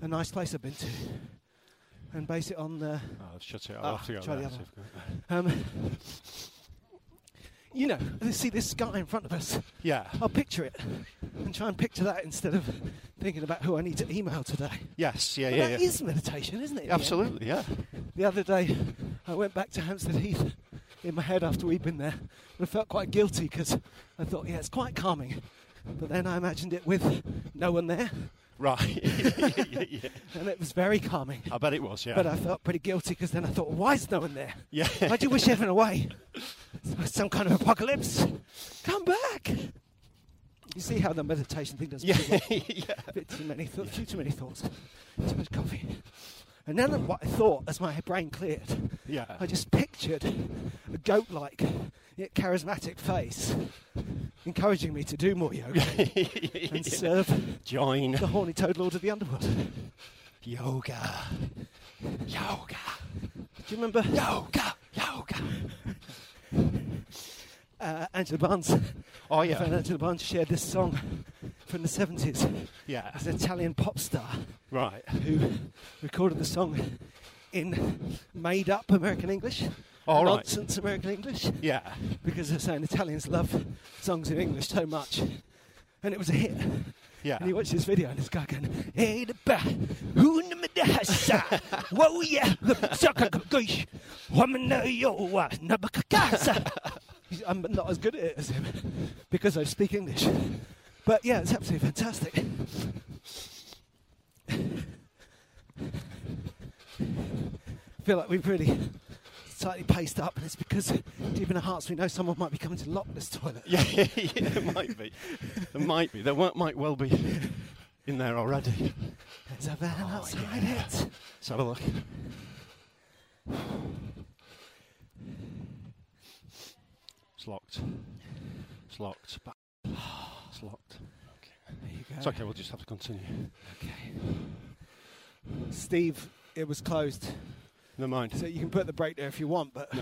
Speaker 2: a nice place I've been to and base it on the
Speaker 3: Oh, I've shut it
Speaker 2: Ah,
Speaker 3: off.
Speaker 2: try the other um, you know, see this guy in front of us.
Speaker 3: Yeah,
Speaker 2: I'll picture it and try and picture that instead of thinking about who I need to email today.
Speaker 3: yes, yeah,
Speaker 2: But
Speaker 3: yeah,
Speaker 2: that
Speaker 3: yeah.
Speaker 2: is meditation, isn't it? in the end?
Speaker 3: Absolutely, yeah.
Speaker 2: The other day, I went back to Hampstead Heath in my head after we'd been there, and I felt quite guilty because I thought, yeah, it's quite calming. But then I imagined it with no one there,
Speaker 3: Right. [laughs] Yeah, yeah.
Speaker 2: and it was very calming.
Speaker 3: I bet it was, Oh, yeah.
Speaker 2: But I felt pretty guilty because then I thought, why is no one there?
Speaker 3: yeah. [laughs]
Speaker 2: I do wish everyone away. [laughs] Some kind of apocalypse. Come back. You see how the meditation thing does
Speaker 3: yeah.
Speaker 2: pretty well.
Speaker 3: [laughs] yeah.
Speaker 2: A bit too many thoughts, few too many thoughts, too much coffee. And then what I thought as my brain cleared,
Speaker 3: Yeah. [laughs]
Speaker 2: I just pictured a goat-like yet charismatic face encouraging me to do more yoga
Speaker 3: [laughs]
Speaker 2: and serve
Speaker 3: Join
Speaker 2: the horny toad lord of the underworld. Do
Speaker 3: yoga. Yoga.
Speaker 2: you remember
Speaker 3: Yoga. Yoga.
Speaker 2: [laughs] uh, Angela Barnes?
Speaker 3: Oh
Speaker 2: I found
Speaker 3: yeah.
Speaker 2: Angela Barnes shared this song from the 70s.
Speaker 3: Yeah.
Speaker 4: [laughs]
Speaker 2: It's an Italian pop star
Speaker 3: Right.
Speaker 2: who recorded the song in made up American English.
Speaker 3: Oh,
Speaker 4: All right.
Speaker 2: Nonsense American English.
Speaker 4: Yeah.
Speaker 2: Because they're saying Italians love songs in English so much. And it was a hit.
Speaker 4: Yeah.
Speaker 2: And
Speaker 4: [laughs]
Speaker 2: you watch this video and this guy going, Hey, the ba, who in the medasa? Whoa, yeah, the sucker gosh, woman, no, yo, uh, nabakakasa. I'm not as good at it as him because I speak English. But yeah, it's absolutely fantastic. I feel like we've really slightly paced up, and it's because deep in our hearts we know someone might be coming to lock this toilet.
Speaker 4: Yeah, yeah, there might be. There might be. There wa- might well be [laughs] in there already.
Speaker 2: There's a van outside it.
Speaker 4: Let's have a look. It's locked. It's locked. Ba- It's locked.
Speaker 2: There you go.
Speaker 4: It's okay, we'll just have to continue.
Speaker 2: Okay. Steve, it was closed,
Speaker 4: Never mind.
Speaker 2: so you can put the brake there if you want, but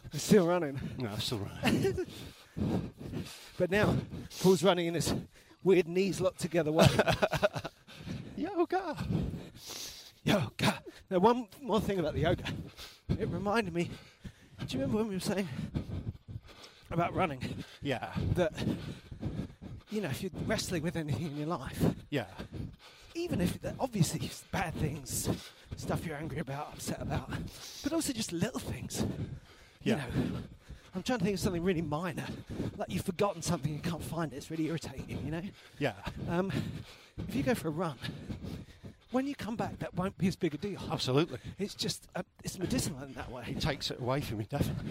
Speaker 2: [laughs] we're still running.
Speaker 4: No, it's all right.
Speaker 2: But now, Paul's running in his weird knees locked together way.
Speaker 4: Yoga!
Speaker 2: yoga. Now, one more thing about the yoga. It reminded me. Do you remember when we were saying about running
Speaker 4: [laughs] Yeah,
Speaker 2: that you know if you're wrestling with anything in your life,
Speaker 4: yeah,
Speaker 2: even if obviously it's bad things, stuff you're angry about, upset about, but also just little things.
Speaker 4: yeah.
Speaker 2: You know, I'm trying to think of something really minor, like you've forgotten something and can't find it. It's really irritating, you know.
Speaker 4: Yeah.
Speaker 2: Um, if you go for a run, when you come back, that won't be as big a deal.
Speaker 4: Absolutely.
Speaker 2: It's just uh, it's medicinal in that way.
Speaker 4: It takes it away from me, definitely.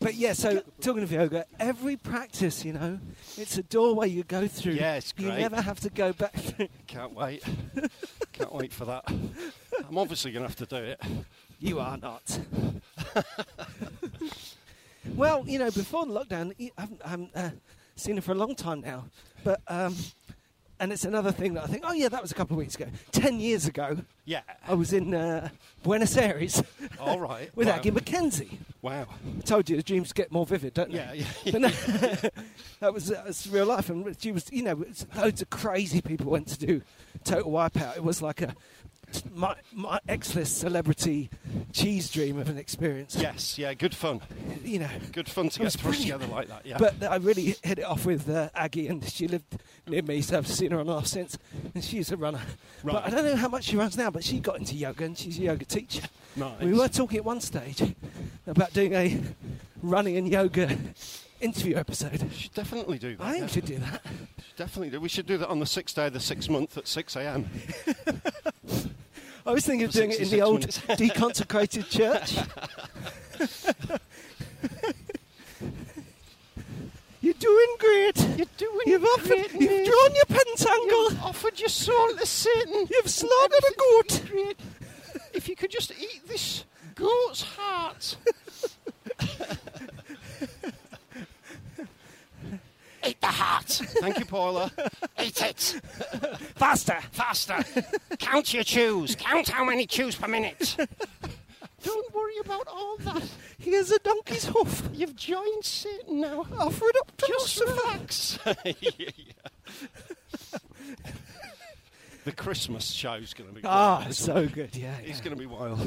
Speaker 2: But yeah, so talking of yoga, every practice, you know, it's a doorway you go through.
Speaker 4: Yeah, it's
Speaker 2: You
Speaker 4: great.
Speaker 2: never have to go back [laughs] through.
Speaker 4: Can't wait. Can't wait for that. I'm obviously going to have to do it.
Speaker 2: You are not. [laughs] well, you know, before the lockdown, y- I haven't, I haven't uh, seen her for a long time now. But um, and it's another thing that I think, oh yeah, that was a couple of weeks ago. Ten years ago,
Speaker 4: Yeah.
Speaker 2: I was in uh, Buenos Aires
Speaker 4: All right.
Speaker 2: [laughs] with
Speaker 4: wow.
Speaker 2: Aggie McKenzie.
Speaker 4: Wow.
Speaker 2: I told you the dreams get more vivid, don't
Speaker 4: Yeah,
Speaker 2: they?
Speaker 4: yeah,
Speaker 2: [laughs] But no, that was that was real life, and she was, you know, it's loads of crazy people went to do Total Wipeout. It was like a my, my ex-list celebrity cheese dream of an experience.
Speaker 4: Yes. Yeah. Good fun.
Speaker 2: you know.
Speaker 4: Good fun to
Speaker 2: It was
Speaker 4: get thrust
Speaker 2: brilliant.
Speaker 4: together like that. Yeah.
Speaker 2: But I really hit it off with uh, Aggie, and she lived near me, so I've seen her on and off since. And she's a runner,
Speaker 4: Right.
Speaker 2: but I don't know how much she runs now. But she got into yoga, and she's a yoga teacher.
Speaker 4: Nice.
Speaker 2: We were talking at one stage about doing a running and yoga interview episode.
Speaker 4: should definitely do that.
Speaker 2: I
Speaker 4: yeah.
Speaker 2: think we should do that.
Speaker 4: Should definitely do. We should do that on the sixth day of the sixth month at six a.m.
Speaker 2: I was thinking of
Speaker 4: For
Speaker 2: doing it in
Speaker 4: 66
Speaker 2: the old
Speaker 4: minutes.
Speaker 2: deconsecrated church. [laughs] You're doing great. You're
Speaker 4: doing
Speaker 2: You've offered,
Speaker 4: great,
Speaker 2: You've
Speaker 4: mate.
Speaker 2: drawn your pentacle.
Speaker 4: You offered your soul to Satan.
Speaker 2: You've slaughtered a goat.
Speaker 4: Great. If you could just eat this goat's heart. eat the heart. Thank you, Paula. eat it.
Speaker 2: Faster.
Speaker 4: Faster. Count your chews. Count how many chews per minute. Don't worry about all that.
Speaker 2: Here's a donkey's hoof.
Speaker 4: You've joined Satan now.
Speaker 2: Offer it up to
Speaker 4: Just
Speaker 2: Lucifer.
Speaker 4: relax. [laughs] the Christmas show's going to be
Speaker 2: Ah,
Speaker 4: wild.
Speaker 2: so good. Yeah. yeah.
Speaker 4: It's going to be wild.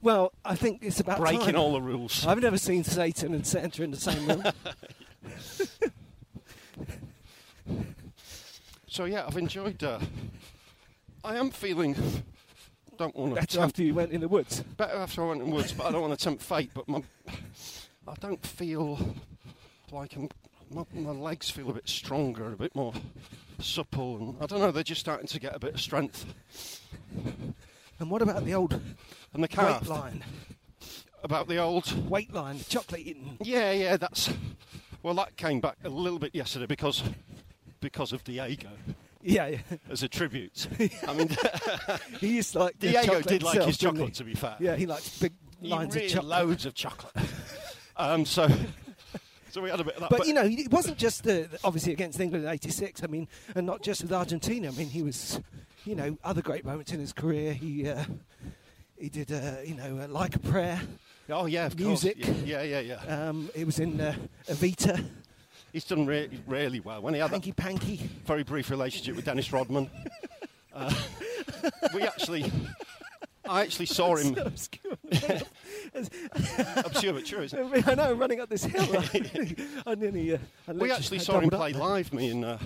Speaker 2: Well, I think it's about
Speaker 4: Breaking
Speaker 2: time.
Speaker 4: all the rules.
Speaker 2: I've never seen Satan and Santa in the same
Speaker 4: [laughs]
Speaker 2: room.
Speaker 4: So yeah, I've enjoyed. Uh, I am feeling. Don't want to
Speaker 2: That's
Speaker 4: tempt,
Speaker 2: after you went in the woods.
Speaker 4: better after I went in woods, but I don't want to tempt fate. But my, I don't feel like I'm. My, my legs feel a bit stronger, a bit more supple, and I don't know. They're just starting to get a bit of strength.
Speaker 2: And what about the old
Speaker 4: And the
Speaker 2: weight
Speaker 4: calf
Speaker 2: line?
Speaker 4: about the old
Speaker 2: Weight line, chocolate
Speaker 4: [laughs]
Speaker 2: eating.
Speaker 4: Yeah, yeah, that's. Well, that came back a little bit yesterday because because of Diego
Speaker 2: Yeah, [laughs] yeah.
Speaker 4: as
Speaker 2: [laughs]
Speaker 4: a tribute. I mean, [laughs]
Speaker 2: He used to like the
Speaker 4: Diego
Speaker 2: chocolate
Speaker 4: did like
Speaker 2: himself,
Speaker 4: his
Speaker 2: didn't he?
Speaker 4: chocolate, to be fair.
Speaker 2: Yeah, he likes big
Speaker 4: He
Speaker 2: lines
Speaker 4: really
Speaker 2: of chocolate.
Speaker 4: loads of chocolate. um, so so we had a bit of that.
Speaker 2: but, you know, it wasn't just the, the- obviously against England in '86. I mean, and not just with Argentina. I mean, he was, you know, other great moments in his career. He uh, he did, uh, you know, uh, like a prayer.
Speaker 4: oh yeah, of
Speaker 2: music.
Speaker 4: Course. Yeah, yeah, yeah. yeah.
Speaker 2: Um, it was in uh, Evita,
Speaker 4: He's done really, really well. When he had that
Speaker 2: Hanky Panky.
Speaker 4: very brief relationship with
Speaker 2: [laughs]
Speaker 4: Dennis Rodman, uh, we actually. I actually saw
Speaker 2: [laughs]
Speaker 4: him.
Speaker 2: Obscure.
Speaker 4: [laughs] Obscure, but true, isn't
Speaker 2: [laughs]
Speaker 4: it?
Speaker 2: I know, I'm running up this hill.
Speaker 4: [laughs]
Speaker 2: I nearly. Uh, I
Speaker 4: We
Speaker 2: literally
Speaker 4: actually saw him
Speaker 2: doubled up
Speaker 4: play
Speaker 2: there.
Speaker 4: live. Me and uh,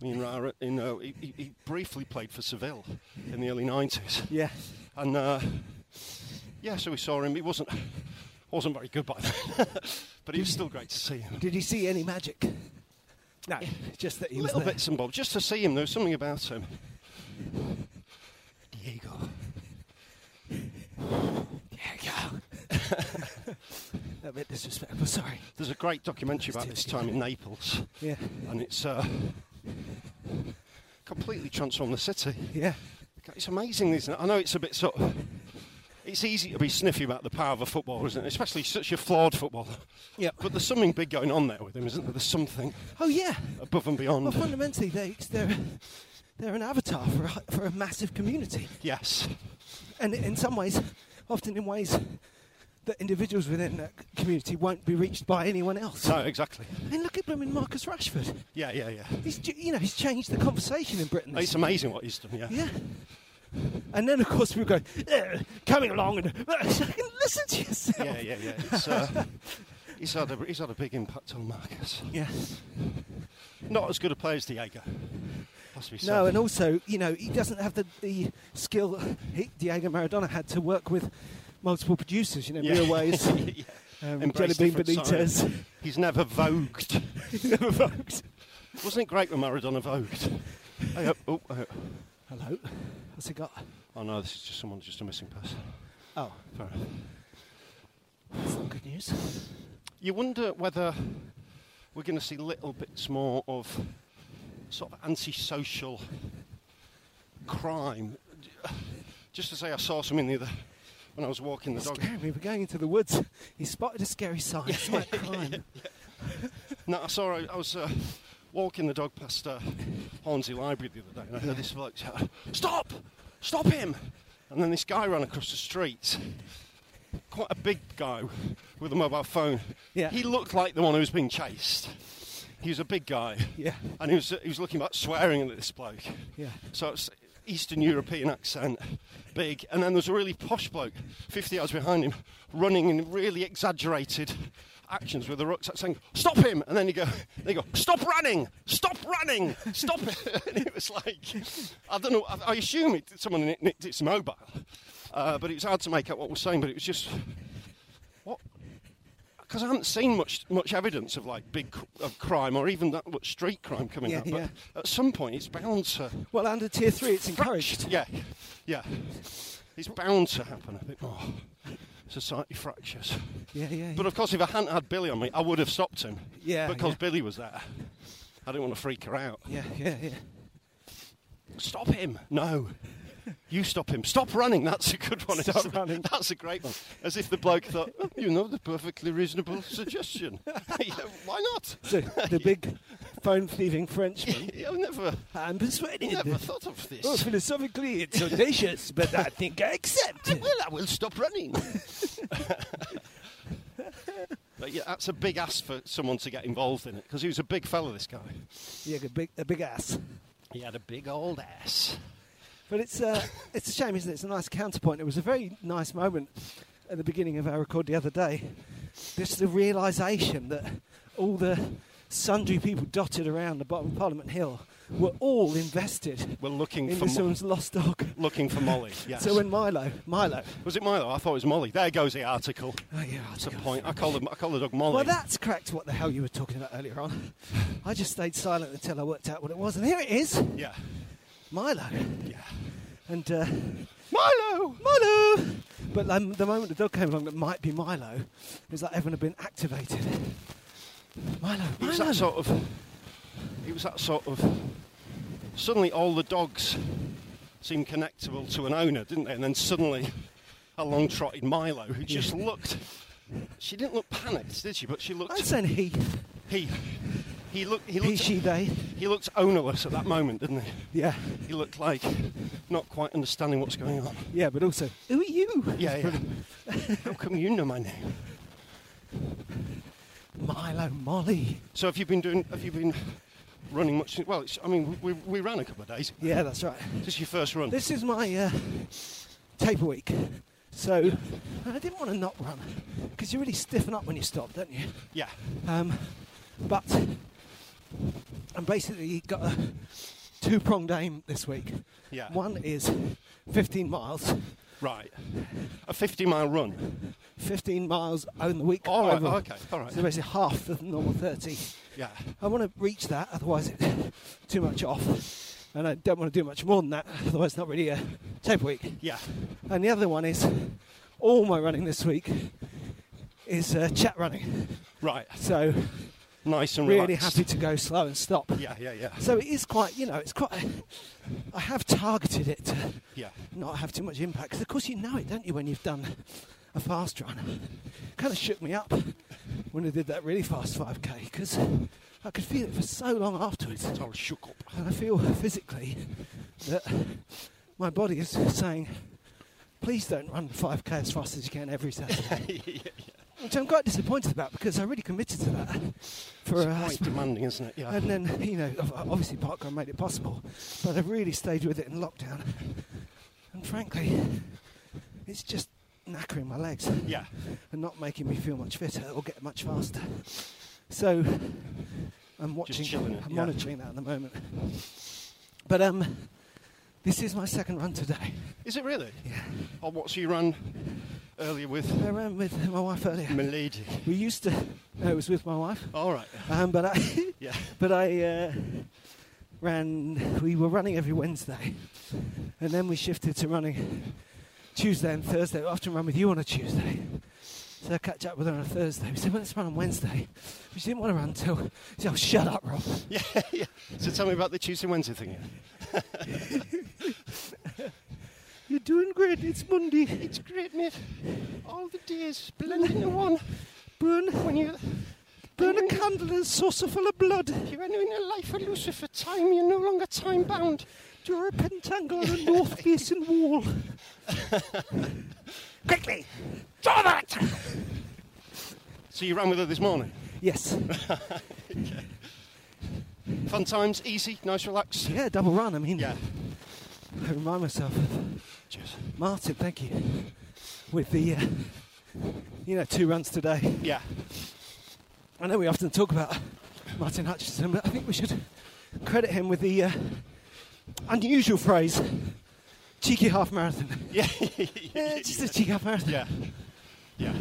Speaker 4: me and Rara. In, uh, he, he- he briefly played for Seville in the early nineties,
Speaker 2: Yeah.
Speaker 4: and uh, yeah, so we saw him. He wasn't wasn't very good by then, [laughs] but he was still great to see him.
Speaker 2: Did you see any magic? No, [laughs] just that he was
Speaker 4: Little
Speaker 2: there.
Speaker 4: bits and bobs, just to see him. There was something about him. Diego.
Speaker 2: [laughs] A bit disrespectful. Sorry.
Speaker 4: There's a great documentary about this time in Naples,
Speaker 2: Yeah.
Speaker 4: and it's uh, completely transformed the city.
Speaker 2: Yeah.
Speaker 4: God, It's amazing, isn't it? I know it's a bit sort of. It's easy to be sniffy about the power of a footballer, isn't it? Especially such a flawed footballer.
Speaker 2: Yeah.
Speaker 4: But there's something big going on there with him, isn't there? There's something
Speaker 2: Oh yeah.
Speaker 4: above and
Speaker 2: Well,
Speaker 4: beyond.
Speaker 2: fundamentally, they, they're they're an avatar for a, for a massive community,
Speaker 4: Yes.
Speaker 2: and in some ways, often in ways that individuals within that community won't be reached by anyone else.
Speaker 4: No, exactly.
Speaker 2: I mean, look at blooming Marcus Rashford.
Speaker 4: Yeah, yeah, yeah.
Speaker 2: He's ju- you know he's changed the conversation in Britain.
Speaker 4: It's amazing what he's done, yeah.
Speaker 2: Yeah. And then of course we were going "Eh, coming along and [laughs] listen to yourself.
Speaker 4: Yeah, yeah, yeah. It's, uh, he's, had a, he's had a big impact on Marcus.
Speaker 2: Yeah.
Speaker 4: Not as good a player as Diego. Has to be
Speaker 2: No,
Speaker 4: said.
Speaker 2: and also, you know, he doesn't have the, the skill he, Diego Maradona had to work with multiple producers, you know,
Speaker 4: Yeah.
Speaker 2: Mia
Speaker 4: [laughs]
Speaker 2: Ways,
Speaker 4: [laughs] Yeah.
Speaker 2: um,
Speaker 4: Embrace
Speaker 2: Jellybean
Speaker 4: different
Speaker 2: Benitez.
Speaker 4: sides. He's
Speaker 2: [laughs]
Speaker 4: never vogued.
Speaker 2: Never vogued.
Speaker 4: Wasn't it great when
Speaker 2: [laughs]
Speaker 4: Maradona vogued? Hey, oh, oh, hey, oh.
Speaker 2: Hello. What's he got?
Speaker 4: Oh no, this is just someone just a missing person.
Speaker 2: Oh,
Speaker 4: Fair enough.
Speaker 2: that's not good news.
Speaker 4: You wonder whether we're going to see little bits more of sort of antisocial crime. Just to say, I saw something the other when I was walking the dog.
Speaker 2: Scary me. We're going into the woods. He spotted a scary
Speaker 4: [laughs]
Speaker 2: sign. It's like crime.
Speaker 4: No, I saw. I was uh, walking the dog past uh, Hornsey Library the other day, and I heard this bloke shout, "Stop! Stop him!" And then this guy ran across the street. Quite a big guy with a mobile phone.
Speaker 2: Yeah.
Speaker 4: He looked like the one who was being chased. He was a big guy.
Speaker 2: Yeah.
Speaker 4: And he was he was looking back, swearing at this bloke.
Speaker 2: Yeah.
Speaker 4: So it's Eastern European accent, big. And then there's a really posh bloke, 50 yards behind him, running in really exaggerated actions with a rucksack saying, Stop him! And then you go, they go, Stop running! Stop running! Stop it! [laughs] and it was like, I don't know, I, I assume it, someone nicked- nicked its mobile. Uh, but it was hard to make out what was saying, but it was just, what?
Speaker 3: because I haven't seen much much evidence of like big cr- of crime or even that much street crime coming
Speaker 2: Yeah,
Speaker 3: out. But
Speaker 2: yeah.
Speaker 3: at some point, it's bound to.
Speaker 2: Well, under tier three, it's encouraged.
Speaker 3: Yeah, yeah. It's bound to happen a bit more. Society fractures.
Speaker 2: Yeah, yeah.
Speaker 3: But
Speaker 2: yeah.
Speaker 3: of course, if I hadn't had Billy on me, I would have stopped him.
Speaker 2: Yeah,
Speaker 3: Because
Speaker 2: yeah.
Speaker 3: Billy was there. I didn't want to freak her out.
Speaker 2: yeah, yeah, yeah.
Speaker 3: Stop him! No. You stop him. Stop running. That's a good one.
Speaker 2: Stop running.
Speaker 3: That's a great one. As if the bloke thought, "Oh, you know, the perfectly reasonable suggestion. [laughs] Yeah, why
Speaker 2: [laughs]
Speaker 3: not?
Speaker 2: So the big phone thieving
Speaker 4: [laughs]
Speaker 2: Frenchman.
Speaker 3: I've never,
Speaker 2: I'm persuaded.
Speaker 3: never thought of this.
Speaker 2: Oh, philosophically, it's audacious, but I think I accept.
Speaker 4: [laughs]
Speaker 3: I will. I will stop [laughs] running. but yeah, that's a big ask for someone to get involved in it because he was a big fella. This guy.
Speaker 2: Yeah, a big, a big ass.
Speaker 3: He had a big old ass.
Speaker 2: But it's uh, it's a shame, isn't it? It's a nice counterpoint. It was a very nice moment at the beginning of our record the other day. Just the realization that all the sundry people dotted around the bottom of Parliament Hill were all invested
Speaker 3: We're looking
Speaker 2: in
Speaker 3: for Mo-
Speaker 2: someone's lost dog.
Speaker 3: looking for Molly. Yes.
Speaker 2: [laughs] So when Milo, Milo,
Speaker 3: was it Milo? I thought it was Molly. There goes the article.
Speaker 2: oh yeah, I
Speaker 3: That's a
Speaker 2: think I-
Speaker 3: point. I call the I call the dog Molly.
Speaker 2: Well, that's cracked. What the hell you were talking about earlier on? I just stayed silent until I worked out what it was, and here it is,
Speaker 3: yeah,
Speaker 2: Milo.
Speaker 3: yeah.
Speaker 2: And uh,
Speaker 3: Milo.
Speaker 2: Milo. But um, the moment the dog came along, that might be Milo. It was like everyone had been activated. Milo,
Speaker 3: It was
Speaker 2: Milo.
Speaker 3: that sort of. It was that sort of. Suddenly, all the dogs seemed connectable to an owner, didn't they? And then suddenly, along trotted Milo, who just looked. She didn't look panicked, did she? But she
Speaker 2: I'm
Speaker 3: looked.
Speaker 2: saying he,
Speaker 3: He. He looked. He
Speaker 2: he,
Speaker 3: looked.
Speaker 2: she, they.
Speaker 3: He looked ownerless at that moment, didn't he?
Speaker 2: Yeah,
Speaker 3: He looked like not quite understanding what's going on.
Speaker 2: yeah, but also, who are you?
Speaker 3: Yeah, yeah. How come you know my name?
Speaker 2: Milo, Molly.
Speaker 3: So have you been doing? Have you been running much? Well, it's, I mean, we, we ran a couple of days.
Speaker 2: Yeah, that's right.
Speaker 3: This is your first run.
Speaker 2: This is my uh, taper week. So, and I didn't want to not run because you really stiffen up when you stop, don't you?
Speaker 3: yeah,
Speaker 2: Um, but I'm basically got a two pronged aim this week.
Speaker 3: yeah.
Speaker 2: One is 15 miles,
Speaker 3: Right, a 50 mile run.
Speaker 2: 15 miles over the week.
Speaker 3: All right,
Speaker 2: over.
Speaker 3: okay, all right.
Speaker 2: So basically half the normal 30.
Speaker 3: Yeah,
Speaker 2: I want to reach that, otherwise it's too much off. And I don't want to do much more than that, otherwise it's not really a taper week.
Speaker 3: yeah.
Speaker 2: And the other one is all my running this week is uh, chat running.
Speaker 3: Right,
Speaker 2: So
Speaker 3: nice and
Speaker 2: really
Speaker 3: relaxed.
Speaker 2: happy to go slow and stop.
Speaker 3: Yeah, yeah, yeah,
Speaker 2: So it is quite, you know, it's quite. I have targeted it to
Speaker 3: yeah,
Speaker 2: not have too much impact. 'Cause of course, you know it, don't you, when you've done a fast run? Kind of shook me up when I did that really fast 5K because I could feel it for so long afterwards.
Speaker 3: I was shook up.
Speaker 2: And I feel physically that my body is saying, please don't run 5K as fast as you can every
Speaker 3: [laughs]
Speaker 2: Saturday. Which I'm quite disappointed about because I really committed to that for
Speaker 3: It's
Speaker 2: a
Speaker 3: quite demanding, isn't it? Yeah,
Speaker 2: and then, [laughs] you know, ob- obviously Parkrun made it possible, but I've really stayed with it in lockdown. And frankly, it's just knackering my legs
Speaker 3: yeah,
Speaker 2: and not making me feel much fitter or get much faster. So I'm watching,
Speaker 3: chilling it,
Speaker 2: I'm
Speaker 3: yeah.
Speaker 2: monitoring that at the moment. But um, this is my second run today.
Speaker 3: Is it really? Yeah. Or what's you ran earlier with
Speaker 2: I ran with my wife earlier.
Speaker 3: Milady?
Speaker 2: We used to, no, it was with my wife,
Speaker 3: All right.
Speaker 2: um, but I,
Speaker 3: [laughs] Yeah,
Speaker 2: [laughs] But I uh, ran, we were running every Wednesday, and then we shifted to running Tuesday and Thursday. I often run with you on a Tuesday. So I catch up with her on a Thursday. We said, well, let's run on Wednesday. But she didn't want to run until. She said, oh, shut up, Rob.
Speaker 3: yeah, [laughs] yeah. So tell me about the Tuesday Wednesday thing. yeah.
Speaker 2: You're doing great. It's Monday.
Speaker 3: It's great, mate. All the days blend into one.
Speaker 2: Burn,
Speaker 3: When you
Speaker 2: burn a candle and a saucer full of blood.
Speaker 3: you are in a life of Lucifer time, you're no longer time bound.
Speaker 2: Draw a pentangle on a north facing
Speaker 3: [laughs]
Speaker 2: wall. Quickly, draw that!
Speaker 3: So you ran with her this morning. [laughs]
Speaker 2: Yes.
Speaker 3: Fun times, easy, nice, relaxed.
Speaker 2: Yeah, double run. I mean,
Speaker 3: Yeah.
Speaker 2: I remind myself of
Speaker 3: Cheers.
Speaker 2: Martin, thank you. With the, uh, you know, two runs today.
Speaker 3: Yeah.
Speaker 2: I know we often talk about Martin Hutchinson, but I think we should credit him with the uh, unusual phrase, cheeky half marathon.
Speaker 3: [laughs] Yeah.
Speaker 2: Yeah, just a cheeky half marathon.
Speaker 3: yeah. Yeah.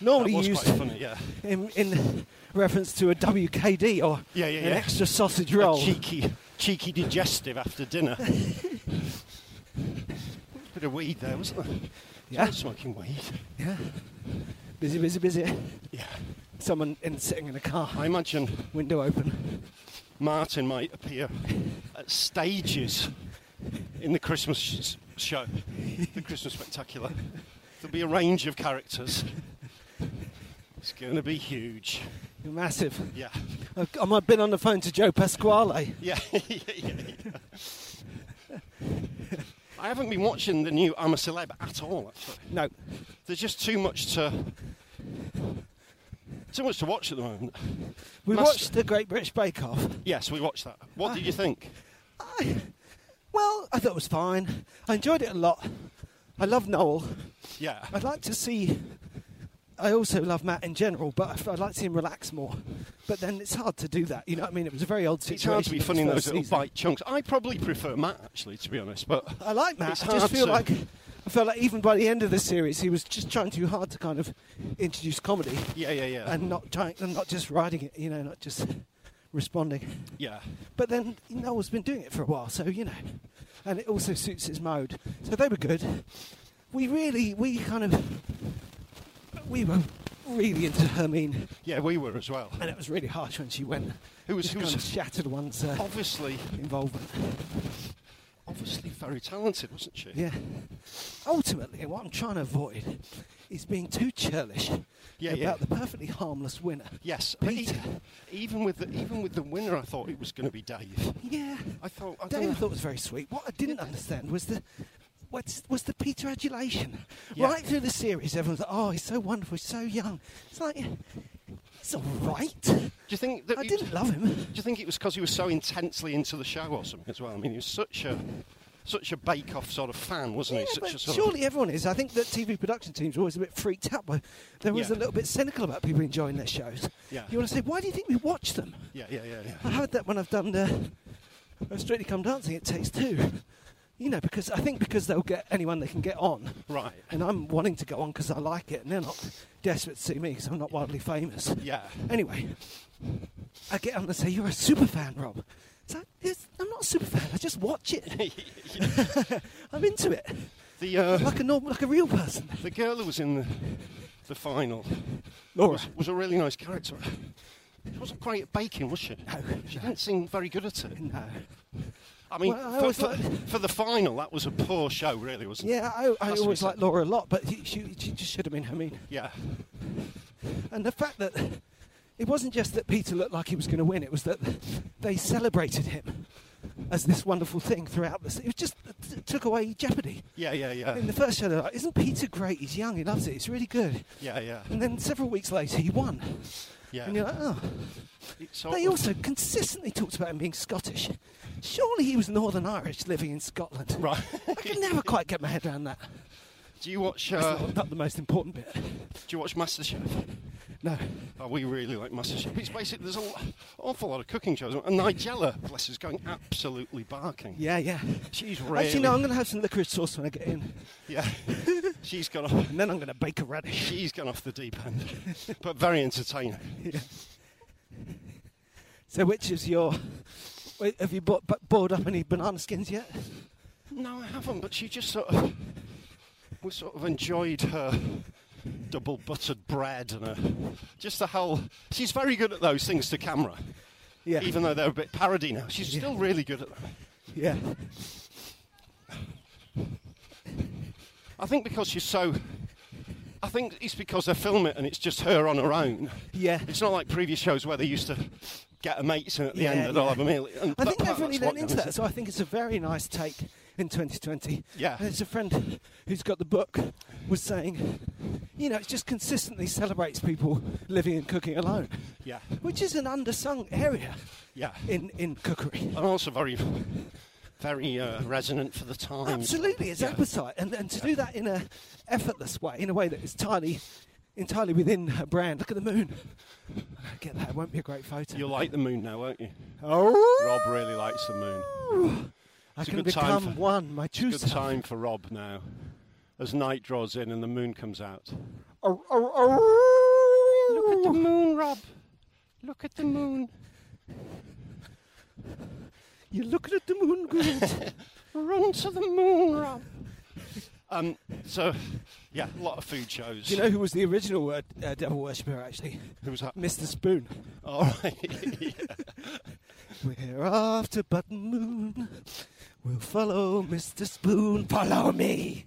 Speaker 2: normally
Speaker 3: that was
Speaker 2: used
Speaker 3: quite funny, yeah.
Speaker 2: in, in reference to a WKD or
Speaker 3: Yeah, yeah,
Speaker 2: an
Speaker 3: yeah.
Speaker 2: extra sausage
Speaker 3: A
Speaker 2: roll.
Speaker 3: cheeky, cheeky digestive after dinner. Bit of weed there, wasn't there?
Speaker 2: Yeah.
Speaker 3: Someone smoking weed.
Speaker 2: Yeah. Busy, busy, busy.
Speaker 3: Yeah.
Speaker 2: Someone in, sitting in a car,
Speaker 3: I imagine
Speaker 2: window open.
Speaker 3: Martin might appear at stages in the Christmas sh- show, the Christmas Spectacular. There'll be a range of characters. It's going to be huge.
Speaker 2: Massive.
Speaker 3: Yeah. [laughs]
Speaker 2: I've, I've been on the phone to Joe Pasquale.
Speaker 3: Yeah. [laughs] yeah, yeah, yeah. I haven't been watching the new I'm a Celeb at all, actually.
Speaker 2: No.
Speaker 3: There's just too much to. Too much to watch at the moment.
Speaker 2: We
Speaker 3: Master.
Speaker 2: watched the Great British Bake Off.
Speaker 3: Yes, we watched that. What did you think?
Speaker 2: I, well, I thought it was fine. I enjoyed it a lot. I love Noel.
Speaker 3: Yeah.
Speaker 2: I'd like to see. I also love Matt in general, but I f- I'd like to see him relax more. But then it's hard to do that. You know what I mean? It was a very old situation.
Speaker 3: It's hard to be
Speaker 2: in
Speaker 3: funny in
Speaker 2: the
Speaker 3: those
Speaker 2: first
Speaker 3: little
Speaker 2: season.
Speaker 3: bite chunks. I probably prefer Matt, actually, to be honest. But
Speaker 2: I like Matt.
Speaker 3: It's
Speaker 2: I just
Speaker 3: hard
Speaker 2: feel
Speaker 3: to-
Speaker 2: like I felt like even by the end of the series, he was just trying too hard to kind of introduce comedy
Speaker 3: yeah, yeah, yeah,
Speaker 2: and not trying and not just riding it. You know, not just responding.
Speaker 3: yeah,
Speaker 2: But then Noel's been doing it for a while, so you know, and it also suits his mode. So they were good. We really, we kind of, we were really into Hermine,
Speaker 3: yeah. We were as well.
Speaker 2: and it was really harsh when she went.
Speaker 3: Who was
Speaker 2: Just
Speaker 3: who
Speaker 2: kind of
Speaker 3: was
Speaker 2: shattered one's uh,
Speaker 3: obviously
Speaker 2: involvement.
Speaker 3: obviously very talented, wasn't she?
Speaker 2: Yeah. Ultimately, what I'm trying to avoid is being too churlish
Speaker 3: Yeah,
Speaker 2: about
Speaker 3: yeah.
Speaker 2: the perfectly harmless winner.
Speaker 3: Yes. but e-
Speaker 2: Peter.
Speaker 3: even with the even with the winner, I thought it was going to be Dave.
Speaker 2: Yeah.
Speaker 3: I thought. I don't
Speaker 2: David
Speaker 3: know.
Speaker 2: thought it was very sweet. What I didn't understand was the what's, was the Peter adulation.
Speaker 3: Yeah.
Speaker 2: Right through the series, everyone's like, "Oh, he's so wonderful, he's so young." It's like it's all right.
Speaker 3: Do you think that
Speaker 2: I
Speaker 3: he-
Speaker 2: didn't love him.
Speaker 3: Do you think it was because he was so intensely into the show or something as well? I mean, he was such a such a Bake Off sort of fan, wasn't
Speaker 2: Yeah,
Speaker 3: he? Such a
Speaker 2: but
Speaker 3: sort
Speaker 2: surely everyone is. I think that TV production teams are always a bit freaked out by. They're always
Speaker 3: Yeah.
Speaker 2: a little bit cynical about people enjoying their shows.
Speaker 3: Yeah.
Speaker 2: You want to say, why do you think we watch them?
Speaker 3: of. Yeah, yeah, yeah,
Speaker 2: I
Speaker 3: yeah.
Speaker 2: heard that when I've done the uh, Strictly Come Dancing, it takes two. You know, because I think because they'll get anyone they can get on.
Speaker 3: Right.
Speaker 2: And I'm wanting to go on because I like it, and they're not desperate to see me because I'm not wildly famous.
Speaker 3: Yeah.
Speaker 2: Anyway, I get on and say, You're a super fan, Rob. It's like, "Yes, I'm not a super fan, I just watch
Speaker 3: [laughs]
Speaker 2: it. [laughs] I'm into it.
Speaker 3: The uh,
Speaker 2: Like a, normal, like a real person.
Speaker 3: the girl who was in the, the final
Speaker 2: Laura.
Speaker 3: was, was a really nice character. She wasn't great at baking, was she?
Speaker 2: No.
Speaker 3: She didn't seem very good at it.
Speaker 2: No.
Speaker 3: I mean,
Speaker 2: Well, I
Speaker 3: for,
Speaker 2: always
Speaker 3: for,
Speaker 2: like-
Speaker 3: for the final, that was a poor show, really, wasn't it?
Speaker 2: Yeah, I, I
Speaker 3: Has to be
Speaker 2: always
Speaker 3: said.
Speaker 2: liked Laura a lot, but she, she, she just should have been Hermine.
Speaker 3: Yeah.
Speaker 2: And the fact that it wasn't just that Peter looked like he was going to win, it was that they celebrated him as this wonderful thing throughout this. It was just it took away jeopardy.
Speaker 3: Yeah, yeah, yeah.
Speaker 2: In the first show, they're like, isn't Peter great? He's young, he loves it, it's really good.
Speaker 3: Yeah, yeah.
Speaker 2: And then several weeks later, he won.
Speaker 3: Yeah.
Speaker 2: And you're like, oh.
Speaker 3: It's sort
Speaker 2: They
Speaker 3: of-
Speaker 2: also consistently talked about him being Scottish. Surely he was Northern Irish living in Scotland.
Speaker 3: Right.
Speaker 2: I can never quite get my head around that.
Speaker 3: Do you watch?
Speaker 2: That's
Speaker 3: Uh,
Speaker 2: not, not the most important bit.
Speaker 3: do you watch MasterChef?
Speaker 2: No.
Speaker 3: Oh, we really like MasterChef. It's basically there's an awful lot of cooking shows, and Nigella, bless her, is going absolutely barking.
Speaker 2: Yeah, yeah.
Speaker 3: She's
Speaker 2: Actually,
Speaker 3: really-
Speaker 2: no, I'm going to have some licorice sauce when I get in.
Speaker 3: Yeah. she's gone off.
Speaker 2: and then I'm going to bake a radish.
Speaker 3: She's gone off the deep end, but very entertaining.
Speaker 2: So, which is your? wait, Have you bought, bu- bought up any banana skins yet?
Speaker 3: No, I haven't, but she just sort of. We sort of enjoyed her double buttered bread and her. Just the whole. She's very good at those things to camera,
Speaker 2: Yeah,
Speaker 3: even though they're a bit parody now. She's still really good at them.
Speaker 2: yeah,
Speaker 3: I think because she's so. I think it's because they film it and it's just her on her own.
Speaker 2: yeah.
Speaker 3: It's not like previous shows where they used to get her mates in at the
Speaker 2: Yeah,
Speaker 3: end and they'll
Speaker 2: yeah.
Speaker 3: have a meal. And
Speaker 2: I
Speaker 3: that
Speaker 2: think
Speaker 3: part-
Speaker 2: they've really
Speaker 3: that's
Speaker 2: leaned
Speaker 3: lockdown,
Speaker 2: into that,
Speaker 3: isn't
Speaker 2: so I think it's a very nice take in 2020.
Speaker 3: Yeah.
Speaker 2: and it's a friend who's got the book was saying, you know, it just consistently celebrates people living and cooking alone,
Speaker 3: it? Yeah,
Speaker 2: which is an undersung area
Speaker 3: yeah.
Speaker 2: in in cookery.
Speaker 3: And also very, very uh, resonant for the time.
Speaker 2: Absolutely, it's
Speaker 3: Yeah.
Speaker 2: appetite, and, and to do that in a effortless way, in a way that is entirely, entirely within her brand. Look at the moon. I don't get that. It won't be a great photo.
Speaker 3: You'll like the moon now, won't you?
Speaker 2: oh,
Speaker 3: Rob really likes the moon.
Speaker 2: I
Speaker 3: It's a
Speaker 2: can
Speaker 3: good time
Speaker 2: become
Speaker 3: for-
Speaker 2: one. My true
Speaker 3: Good
Speaker 2: self.
Speaker 3: time for Rob now. As night draws in and the moon comes out.
Speaker 4: Look at the moon, Rob. Look at the moon.
Speaker 2: You're looking at the moon, [laughs] girls.
Speaker 4: Run to the moon, Rob. Um, so, yeah, a lot of food shows.
Speaker 2: Do you know who was the original word, uh, devil worshipper, actually?
Speaker 4: who was that?
Speaker 2: Mr. Spoon.
Speaker 4: All right. [laughs]
Speaker 2: We're off to Button Moon. We'll follow Mr. Spoon. Follow me.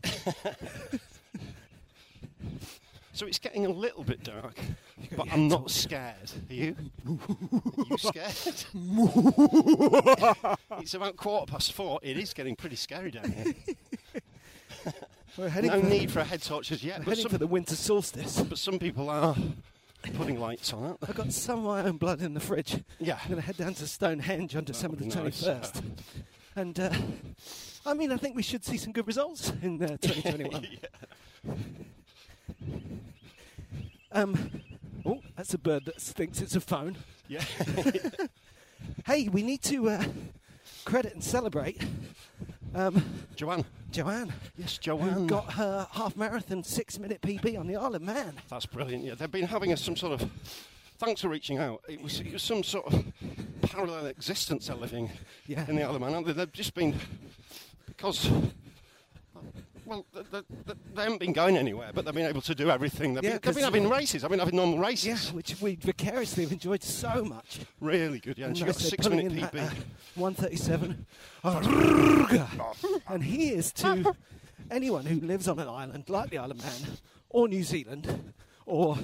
Speaker 4: So it's getting a little bit
Speaker 2: [laughs]
Speaker 4: dark, but I'm not scared. Are you? Are you
Speaker 2: [laughs]
Speaker 4: scared? [laughs] it's about quarter past four. It is getting pretty scary
Speaker 2: [laughs]
Speaker 4: down here.
Speaker 2: We're heading,
Speaker 4: No
Speaker 2: for,
Speaker 4: need for head torches yet,
Speaker 2: we're
Speaker 4: but
Speaker 2: heading for
Speaker 4: some,
Speaker 2: the winter solstice.
Speaker 4: but some people are putting lights on, aren't they?
Speaker 2: I've got some of my own blood in the fridge.
Speaker 4: Yeah.
Speaker 2: I'm going to head down to Stonehenge on December the
Speaker 4: would be nice.
Speaker 2: 21st. And, uh, I mean, I think we should see some good results in
Speaker 4: [laughs]
Speaker 2: uh, 2021. Um, oh, that's a bird that thinks it's a phone.
Speaker 4: Yeah.
Speaker 2: [laughs] Hey, we need to uh, credit and celebrate um,
Speaker 4: Joanne.
Speaker 2: Joanne,
Speaker 4: Yes,
Speaker 2: who
Speaker 4: Joanne.
Speaker 2: got her half marathon six minute PB on the Isle of Man.
Speaker 4: That's brilliant. Yeah, they've been having a, some sort of. Thanks for reaching out. It was, it was some sort of parallel existence they're living
Speaker 2: Yeah.
Speaker 4: in the other man. They've just been because. Well, th th th they haven't been going anywhere, but they've been able to do everything. They've,
Speaker 2: Yeah,
Speaker 4: been, they've
Speaker 2: 'cause-
Speaker 4: been having races. I've been having normal
Speaker 2: Yeah,
Speaker 4: races.
Speaker 2: which we vicariously have enjoyed so much.
Speaker 4: Really good. Yeah, and she
Speaker 2: I
Speaker 4: got a
Speaker 2: said,
Speaker 4: six
Speaker 2: pulling
Speaker 4: minute
Speaker 2: in that,
Speaker 4: PB.
Speaker 2: uh,
Speaker 4: [laughs]
Speaker 2: 137.
Speaker 4: Oh,
Speaker 2: Arrgh. [laughs] and here's to anyone who lives on an island like the Isle of Man or New Zealand or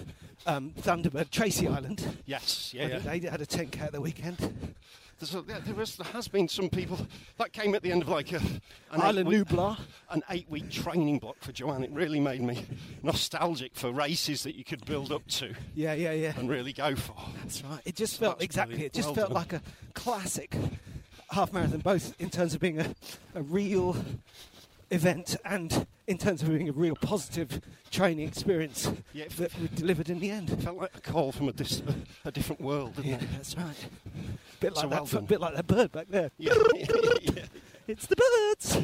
Speaker 2: um, Thunderbird, Tracy Island.
Speaker 4: yes, yeah.
Speaker 2: I
Speaker 4: yeah.
Speaker 2: think They had a 10k at the weekend.
Speaker 4: There's a, yeah, there, was, there has been some people that came at the end of like a, an
Speaker 2: Island
Speaker 4: eight-week-
Speaker 2: Nublar.
Speaker 4: an eight week training block for Joanne. It really made me nostalgic for races that you could build up to
Speaker 2: Yeah, yeah, yeah.
Speaker 4: and really go for.
Speaker 2: That's right. It just felt
Speaker 4: That's
Speaker 2: exactly.
Speaker 4: brilliant.
Speaker 2: It just
Speaker 4: Well
Speaker 2: felt
Speaker 4: done.
Speaker 2: like a classic half marathon, both in terms of being a, a real event and in terms of being a real positive training experience
Speaker 4: Yeah, it
Speaker 2: that we delivered in the end.
Speaker 4: felt like a call from a, dis- a different world, didn't
Speaker 2: Yeah,
Speaker 4: it?
Speaker 2: that's right. Bit like
Speaker 4: So well
Speaker 2: that.
Speaker 4: done.
Speaker 2: bit like that bird back there.
Speaker 4: Yeah. [laughs] yeah.
Speaker 2: It's the birds.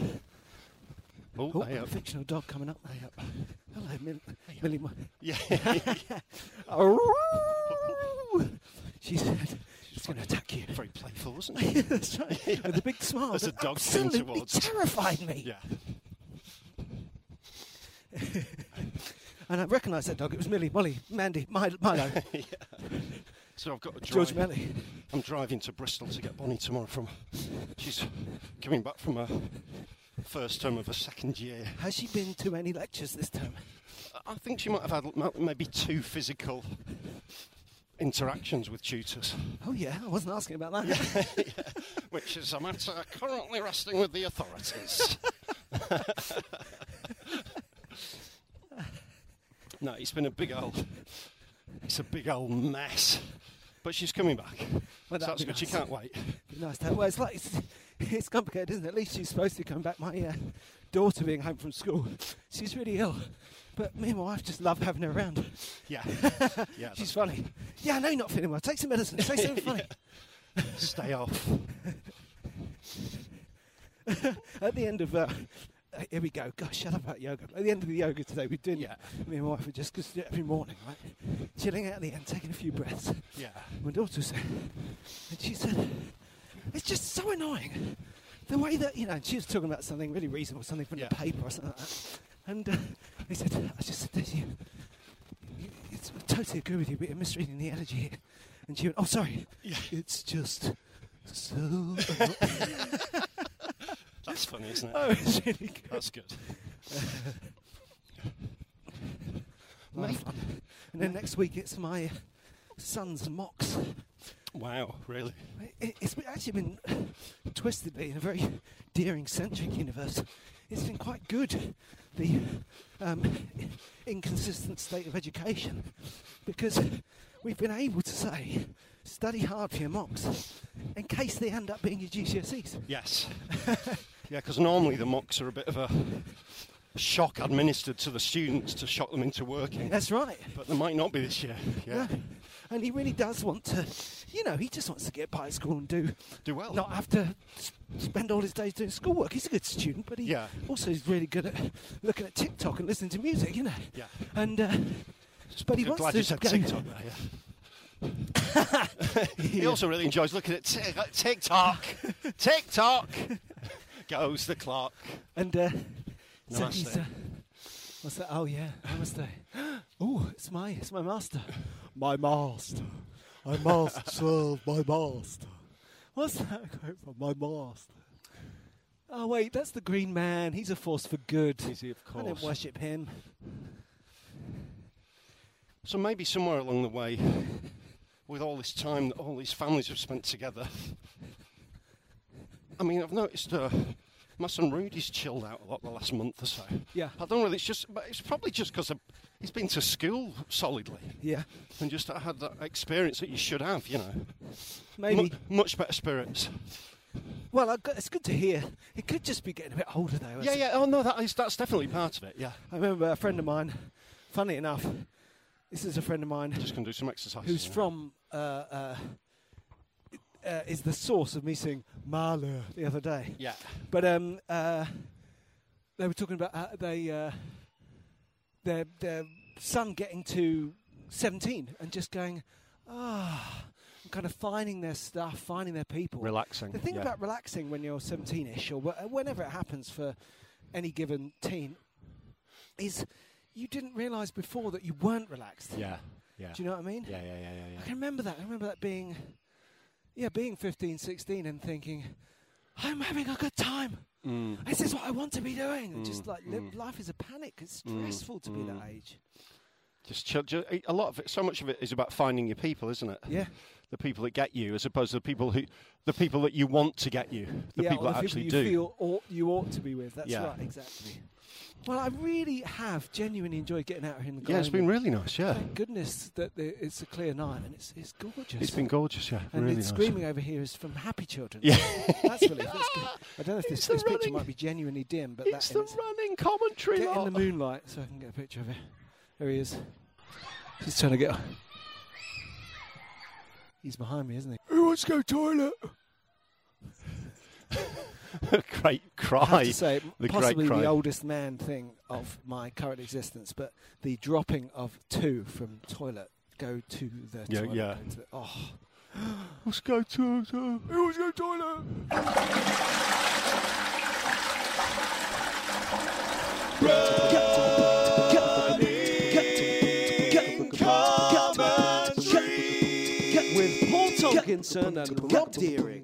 Speaker 4: Oh,
Speaker 2: Oh,
Speaker 4: hey,
Speaker 2: a
Speaker 4: up.
Speaker 2: fictional dog coming up. Hello, Mill- Millie. Mo-
Speaker 4: Yeah. [laughs]
Speaker 2: Aroo! she said, "It's going to attack you."
Speaker 4: Very playful, wasn't
Speaker 2: [laughs]
Speaker 4: it?
Speaker 2: That's right. With a big smile.
Speaker 4: As a
Speaker 2: that
Speaker 4: dog came
Speaker 2: absolutely
Speaker 4: towards us.
Speaker 2: terrified me.
Speaker 4: Yeah.
Speaker 2: And I recognised that dog. It was Millie, Molly, Mandy, Mi- Milo,
Speaker 4: So I've got to drive.
Speaker 2: George Melly.
Speaker 4: I'm driving to Bristol to get Bonnie tomorrow from. She's coming back from her first term of her second year.
Speaker 2: Has she been to any lectures this time?
Speaker 4: I think she might have had m- maybe two physical interactions with tutors.
Speaker 2: Oh yeah, I wasn't asking about that.
Speaker 4: which is a matter currently resting with the authorities. no, it's been a big old, it's a big old mess. But she's coming back.
Speaker 2: Well,
Speaker 4: so
Speaker 2: that'd
Speaker 4: that's
Speaker 2: be
Speaker 4: good. She
Speaker 2: nice.
Speaker 4: can't wait.
Speaker 2: nice to have. Well, it's like it's, [laughs] it's complicated, isn't it? At least she's supposed to come back. My uh, daughter being home from school, she's really ill. But me and my wife just love having her around.
Speaker 4: Yeah, yeah.
Speaker 2: [laughs] She's funny. Yeah, I know you're not feeling well. Take some medicine. Say something funny.
Speaker 4: that's-
Speaker 2: [laughs]
Speaker 4: Stay off.
Speaker 2: At the end of uh, uh, here we go. Gosh, shut up about yoga. At the end of the yoga today, we did.
Speaker 4: Yeah.
Speaker 2: Me and my wife were just cause every morning, right? Chilling out at the end, taking a few breaths.
Speaker 4: Yeah,
Speaker 2: My daughter said, and she said, it's just so annoying. The way that, you know, and she was talking about something really reasonable, something from
Speaker 4: Yeah.
Speaker 2: the paper or something like that. And uh, they said, I just said this, you, you, it's I totally agree with you, but you're misreading the energy here. And she went, oh, sorry.
Speaker 4: Yeah.
Speaker 2: It's just so. annoying." [laughs]
Speaker 4: that's funny, isn't it?
Speaker 2: oh, it's really good.
Speaker 4: That's good.
Speaker 2: Mate. And then next week it's my son's mocks.
Speaker 4: Wow, really?
Speaker 2: It, it's been- [sighs] actually been twistedly in a very [laughs] Deering centric universe. It's been quite good, the um, inconsistent state of education, because we've been able to say, study hard for your mocks in case they end up being your GCSEs.
Speaker 4: Yes. [laughs] yeah, because normally the mocks are a bit of a shock administered to the students to shock them into working.
Speaker 2: That's right.
Speaker 4: But there might not be this year. Yeah.
Speaker 2: No. And he really does want to, you know, he just wants to get by at school and do
Speaker 4: Do well.
Speaker 2: Not have to s- spend all his days doing schoolwork. He's a good student, but he
Speaker 4: Yeah.
Speaker 2: also is really good at looking at TikTok and listening to music, you know.
Speaker 4: Yeah.
Speaker 2: And uh, But he
Speaker 3: I'm
Speaker 2: wants
Speaker 3: glad
Speaker 2: to
Speaker 3: you said
Speaker 2: go-
Speaker 3: TikTok. there,
Speaker 2: [laughs]
Speaker 3: yeah. he also really enjoys looking at tic- TikTok.
Speaker 2: [laughs]
Speaker 3: TikTok goes the clock.
Speaker 2: And uh,
Speaker 3: No,
Speaker 2: so
Speaker 3: that's
Speaker 2: he's,
Speaker 3: it.
Speaker 2: uh, what's that? Oh yeah, Namaste. [gasps] oh, it's my it's my master. My master. I [laughs] must serve my master. What's that quote from? My master. Oh wait, that's the Green Man. He's a force for good.
Speaker 3: Is he? Of
Speaker 2: I don't
Speaker 3: course.
Speaker 2: worship him.
Speaker 3: So maybe somewhere along the way, with all this time that all these families have spent together, I mean, I've noticed uh, my son Rudy's chilled out a lot the last month or so.
Speaker 2: Yeah.
Speaker 3: I don't know whether it's just, but it's probably just because he's been to school solidly
Speaker 2: Yeah,
Speaker 3: and just had that experience that you should have, you know.
Speaker 2: maybe.
Speaker 3: Mu- much better spirits.
Speaker 2: Well, I got, it's good to hear. It could just be getting a bit older though.
Speaker 3: Yeah,
Speaker 2: It's-
Speaker 3: yeah. Oh no, that is that's definitely part of it. Yeah.
Speaker 2: I remember a friend of mine. Funny enough, this is a friend of mine.
Speaker 3: Just gonna do some exercise.
Speaker 2: who's from uh, uh, uh, is the source of me seeing Marla the other day.
Speaker 3: Yeah.
Speaker 2: But um, uh, they were talking about uh, they uh, their their son getting to seventeen and just going ah, and kind of finding their stuff, finding their people,
Speaker 3: Relaxing.
Speaker 2: the thing
Speaker 3: yeah.
Speaker 2: about relaxing when you're 17ish or wh- whenever it happens for any given teen is you didn't realise before that you weren't relaxed.
Speaker 3: Yeah. Yeah.
Speaker 2: Do you know what I mean?
Speaker 3: Yeah, yeah, yeah, yeah,
Speaker 2: I
Speaker 3: yeah.
Speaker 2: can remember that. I remember that being, yeah, being 15, 16 and thinking, I'm having a good time.
Speaker 3: Mm.
Speaker 2: This is what I want to be doing. And just like li- life is a panic. It's
Speaker 3: Mm,
Speaker 2: stressful to be that age.
Speaker 3: Just chill. Just, a lot of it. So much of it is about finding your people, isn't it?
Speaker 2: Yeah.
Speaker 3: The people that get you, as opposed to the people who, [laughs] the people that you want to get you, the
Speaker 2: yeah,
Speaker 3: people
Speaker 2: or
Speaker 3: that
Speaker 2: the
Speaker 3: actually
Speaker 2: people you
Speaker 3: do.
Speaker 2: feel ought, you ought to be with. That's
Speaker 3: Yeah.
Speaker 2: right, exactly. Well, I really have genuinely enjoyed getting out here in the
Speaker 3: yeah, it's
Speaker 2: garden.
Speaker 3: been really nice. Yeah.
Speaker 2: Thank goodness that the, it's a clear night and it's it's gorgeous.
Speaker 3: It's been gorgeous. Yeah.
Speaker 2: and
Speaker 3: really
Speaker 2: the
Speaker 3: nice.
Speaker 2: screaming over here is from Happy Children.
Speaker 3: Yeah.
Speaker 2: that's really. That's good. I don't know if this,
Speaker 3: [laughs] It's the
Speaker 2: this picture
Speaker 3: running-
Speaker 2: might be genuinely dim, but
Speaker 3: It's
Speaker 2: that
Speaker 3: the
Speaker 2: in it's-
Speaker 3: running commentary.
Speaker 2: get
Speaker 3: lot.
Speaker 2: in the moonlight so I can get a picture of it. There he is. He's trying to get. He's behind me, isn't he? Who wants to go toilet?
Speaker 3: great cry.
Speaker 2: I have to say,
Speaker 3: the
Speaker 2: possibly
Speaker 3: great cry.
Speaker 2: the oldest man thing of my current existence, but the dropping of two from toilet, go to the
Speaker 3: Yeah,
Speaker 2: toilet.
Speaker 3: yeah.
Speaker 2: go to the- oh,
Speaker 3: Let's go to. to- Let's go toilet.
Speaker 1: With Paul Tolkinson and Rob Deering.